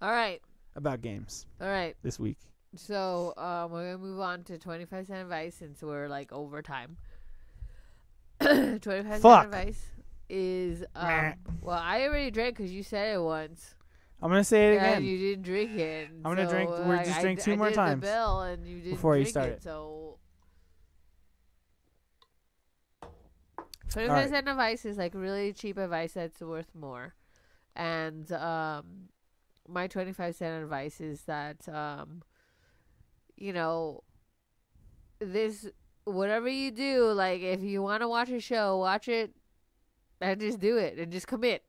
Speaker 3: All right.
Speaker 2: about games
Speaker 3: All right.
Speaker 2: this week.
Speaker 3: So um, we're gonna move on to twenty five cent advice since we're like over time. twenty five
Speaker 2: Fuck.
Speaker 3: cent advice is um, well, I already drank because you said it once.
Speaker 2: I'm gonna say it
Speaker 3: Yeah,
Speaker 2: again.
Speaker 3: you didn't drink it. and
Speaker 2: I'm gonna drink-
Speaker 3: so,
Speaker 2: we're
Speaker 3: like,
Speaker 2: just
Speaker 3: I
Speaker 2: drink
Speaker 3: d-
Speaker 2: two
Speaker 3: I
Speaker 2: more
Speaker 3: did
Speaker 2: times
Speaker 3: the bill and you didn't
Speaker 2: before you
Speaker 3: drink
Speaker 2: start
Speaker 3: it,
Speaker 2: it.
Speaker 3: So. 25
Speaker 2: right.
Speaker 3: cent advice is like really cheap advice that's worth more. And um, my 25 cent advice is that, um, you know, this, whatever you do, like if you want to watch a show, watch it and just do it and just commit.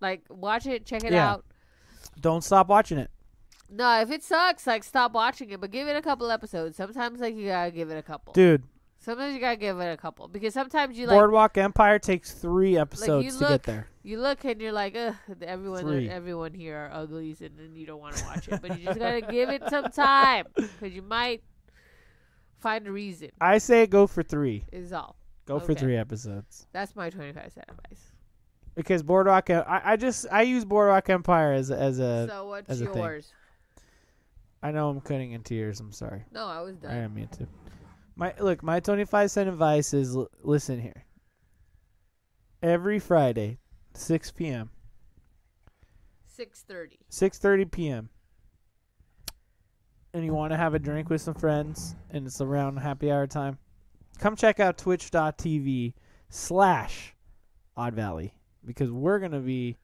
Speaker 3: Like watch it, check it
Speaker 2: Yeah.
Speaker 3: out.
Speaker 2: Don't stop watching it.
Speaker 3: No, if it sucks, like stop watching it, but give it a couple episodes. Sometimes like you gotta give it a couple.
Speaker 2: Dude,
Speaker 3: Sometimes you gotta give it a couple because sometimes you like
Speaker 2: Boardwalk Empire takes three episodes to
Speaker 3: look-
Speaker 2: get there.
Speaker 3: you look and you're like, ugh, everyone
Speaker 2: Three.
Speaker 3: everyone here are uglies, and then you don't want to watch it, but you just gotta give it some time because you might find a reason.
Speaker 2: I say go for three.
Speaker 3: Is all.
Speaker 2: Go for
Speaker 3: Okay.
Speaker 2: three episodes.
Speaker 3: That's my twenty five cent advice.
Speaker 2: Because Boardwalk, Em- I, I just I use Boardwalk Empire as as a. I
Speaker 3: so what's
Speaker 2: Uh, as a thing.
Speaker 3: yours?
Speaker 2: know I'm cutting in tears. I'm sorry.
Speaker 3: No, I was
Speaker 2: I
Speaker 3: done.
Speaker 2: am me too. My look, my 25 cent advice is l- listen here. Every Friday, 6 p.m.,
Speaker 3: Six thirty.
Speaker 2: 6:30 p.m. and you want to have a drink with some friends and it's around happy hour time, come check out twitch.tv slash Odd Valley because we're going to be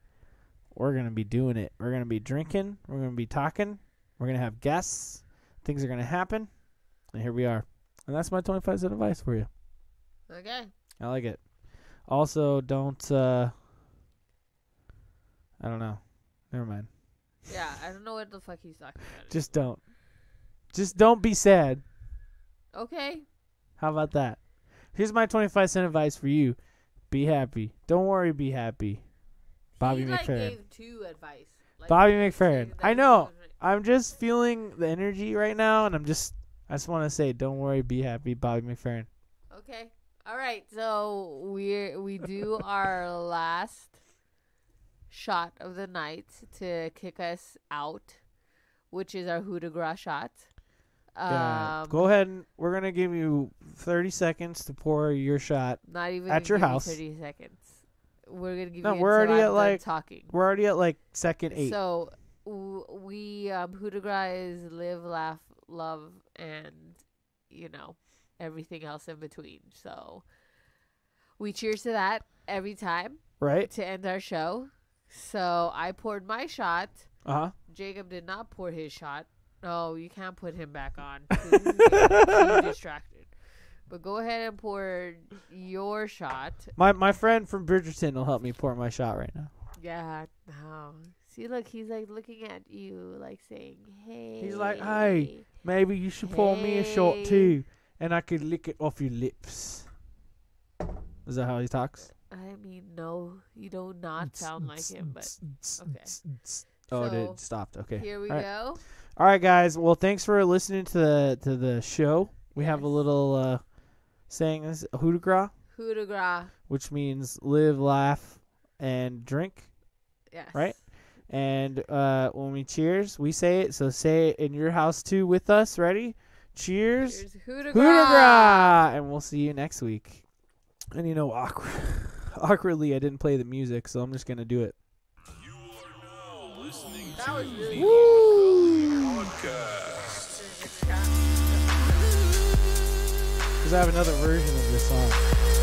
Speaker 2: we're going to be doing it. We're going to be drinking, we're going to be talking, we're going to have guests, things are going to happen. And here we are. And that's my 25 cent advice for you.
Speaker 3: Okay.
Speaker 2: I like it. Also, don't uh I don't know. Never mind.
Speaker 3: Yeah, I don't know what the fuck he's talking about.
Speaker 2: Just don't. Just don't be sad.
Speaker 3: okay.
Speaker 2: How about that? Here's my 25 cent advice for you. Be happy. Don't worry, be happy. Bobby
Speaker 3: he, Like,
Speaker 2: McFerrin.
Speaker 3: gave two advice. Like,
Speaker 2: Bobby
Speaker 3: he
Speaker 2: McFerrin.
Speaker 3: said that
Speaker 2: I
Speaker 3: he
Speaker 2: know.
Speaker 3: was-
Speaker 2: I'm just feeling the energy right now and I'm just I just want to say don't worry, be happy, Bobby McFerrin.
Speaker 3: Okay. All right. So we we do our last shot of the night to kick us out, which is our coup de grace shot. Um,
Speaker 2: Yeah. Go ahead and we're going to give you 30 seconds to pour your shot.
Speaker 3: Not even
Speaker 2: at
Speaker 3: gonna
Speaker 2: your
Speaker 3: give you
Speaker 2: house.
Speaker 3: Thirty seconds. We're gonna give
Speaker 2: No,
Speaker 3: you.
Speaker 2: we're
Speaker 3: until
Speaker 2: already
Speaker 3: I'm
Speaker 2: at,
Speaker 3: done
Speaker 2: like,
Speaker 3: talking.
Speaker 2: We're already at like second 8.
Speaker 3: So w- we um, coup de grace is live, laugh, love, and you know everything else in between. So we cheers to that every time.
Speaker 2: right?
Speaker 3: to end our show. So I poured my shot.
Speaker 2: Uh-huh.
Speaker 3: Jacob did not pour his shot. No, you can't put him back on. 'cause this is getting too distracted. But go ahead and pour your shot.
Speaker 2: My my friend from Bridgerton will help me pour my shot right now.
Speaker 3: Yeah. No. See, look, he's like looking at you, like saying, "Hey."
Speaker 2: He's like, "Hey." Maybe you should pour me a shot
Speaker 3: Hey.
Speaker 2: too, and I could lick it off your lips. Is that how he talks?
Speaker 3: I mean, no, you do not sound like him, but okay.
Speaker 2: Oh, it-
Speaker 3: So,
Speaker 2: it stopped. Okay.
Speaker 3: here we
Speaker 2: All right.
Speaker 3: go.
Speaker 2: All right, guys. Well, thanks for listening to the to the show. We have a
Speaker 3: Yes.
Speaker 2: little uh, saying this "coup de grace,"
Speaker 3: Coup de grace.
Speaker 2: which means live, laugh, and drink.
Speaker 3: Yes.
Speaker 2: Right? And uh, when we cheers, we say it. So say it in your house too with us. Ready? Cheers.
Speaker 3: Here's coup de grace.
Speaker 2: Hoorah! And we'll see you next week. And you know, awkward, awkwardly, I didn't play the music, so I'm just gonna do it.
Speaker 1: You are now listening
Speaker 3: That was
Speaker 1: to
Speaker 3: really
Speaker 1: the Odd Valley Podcast.
Speaker 2: Cause I have another version of this song.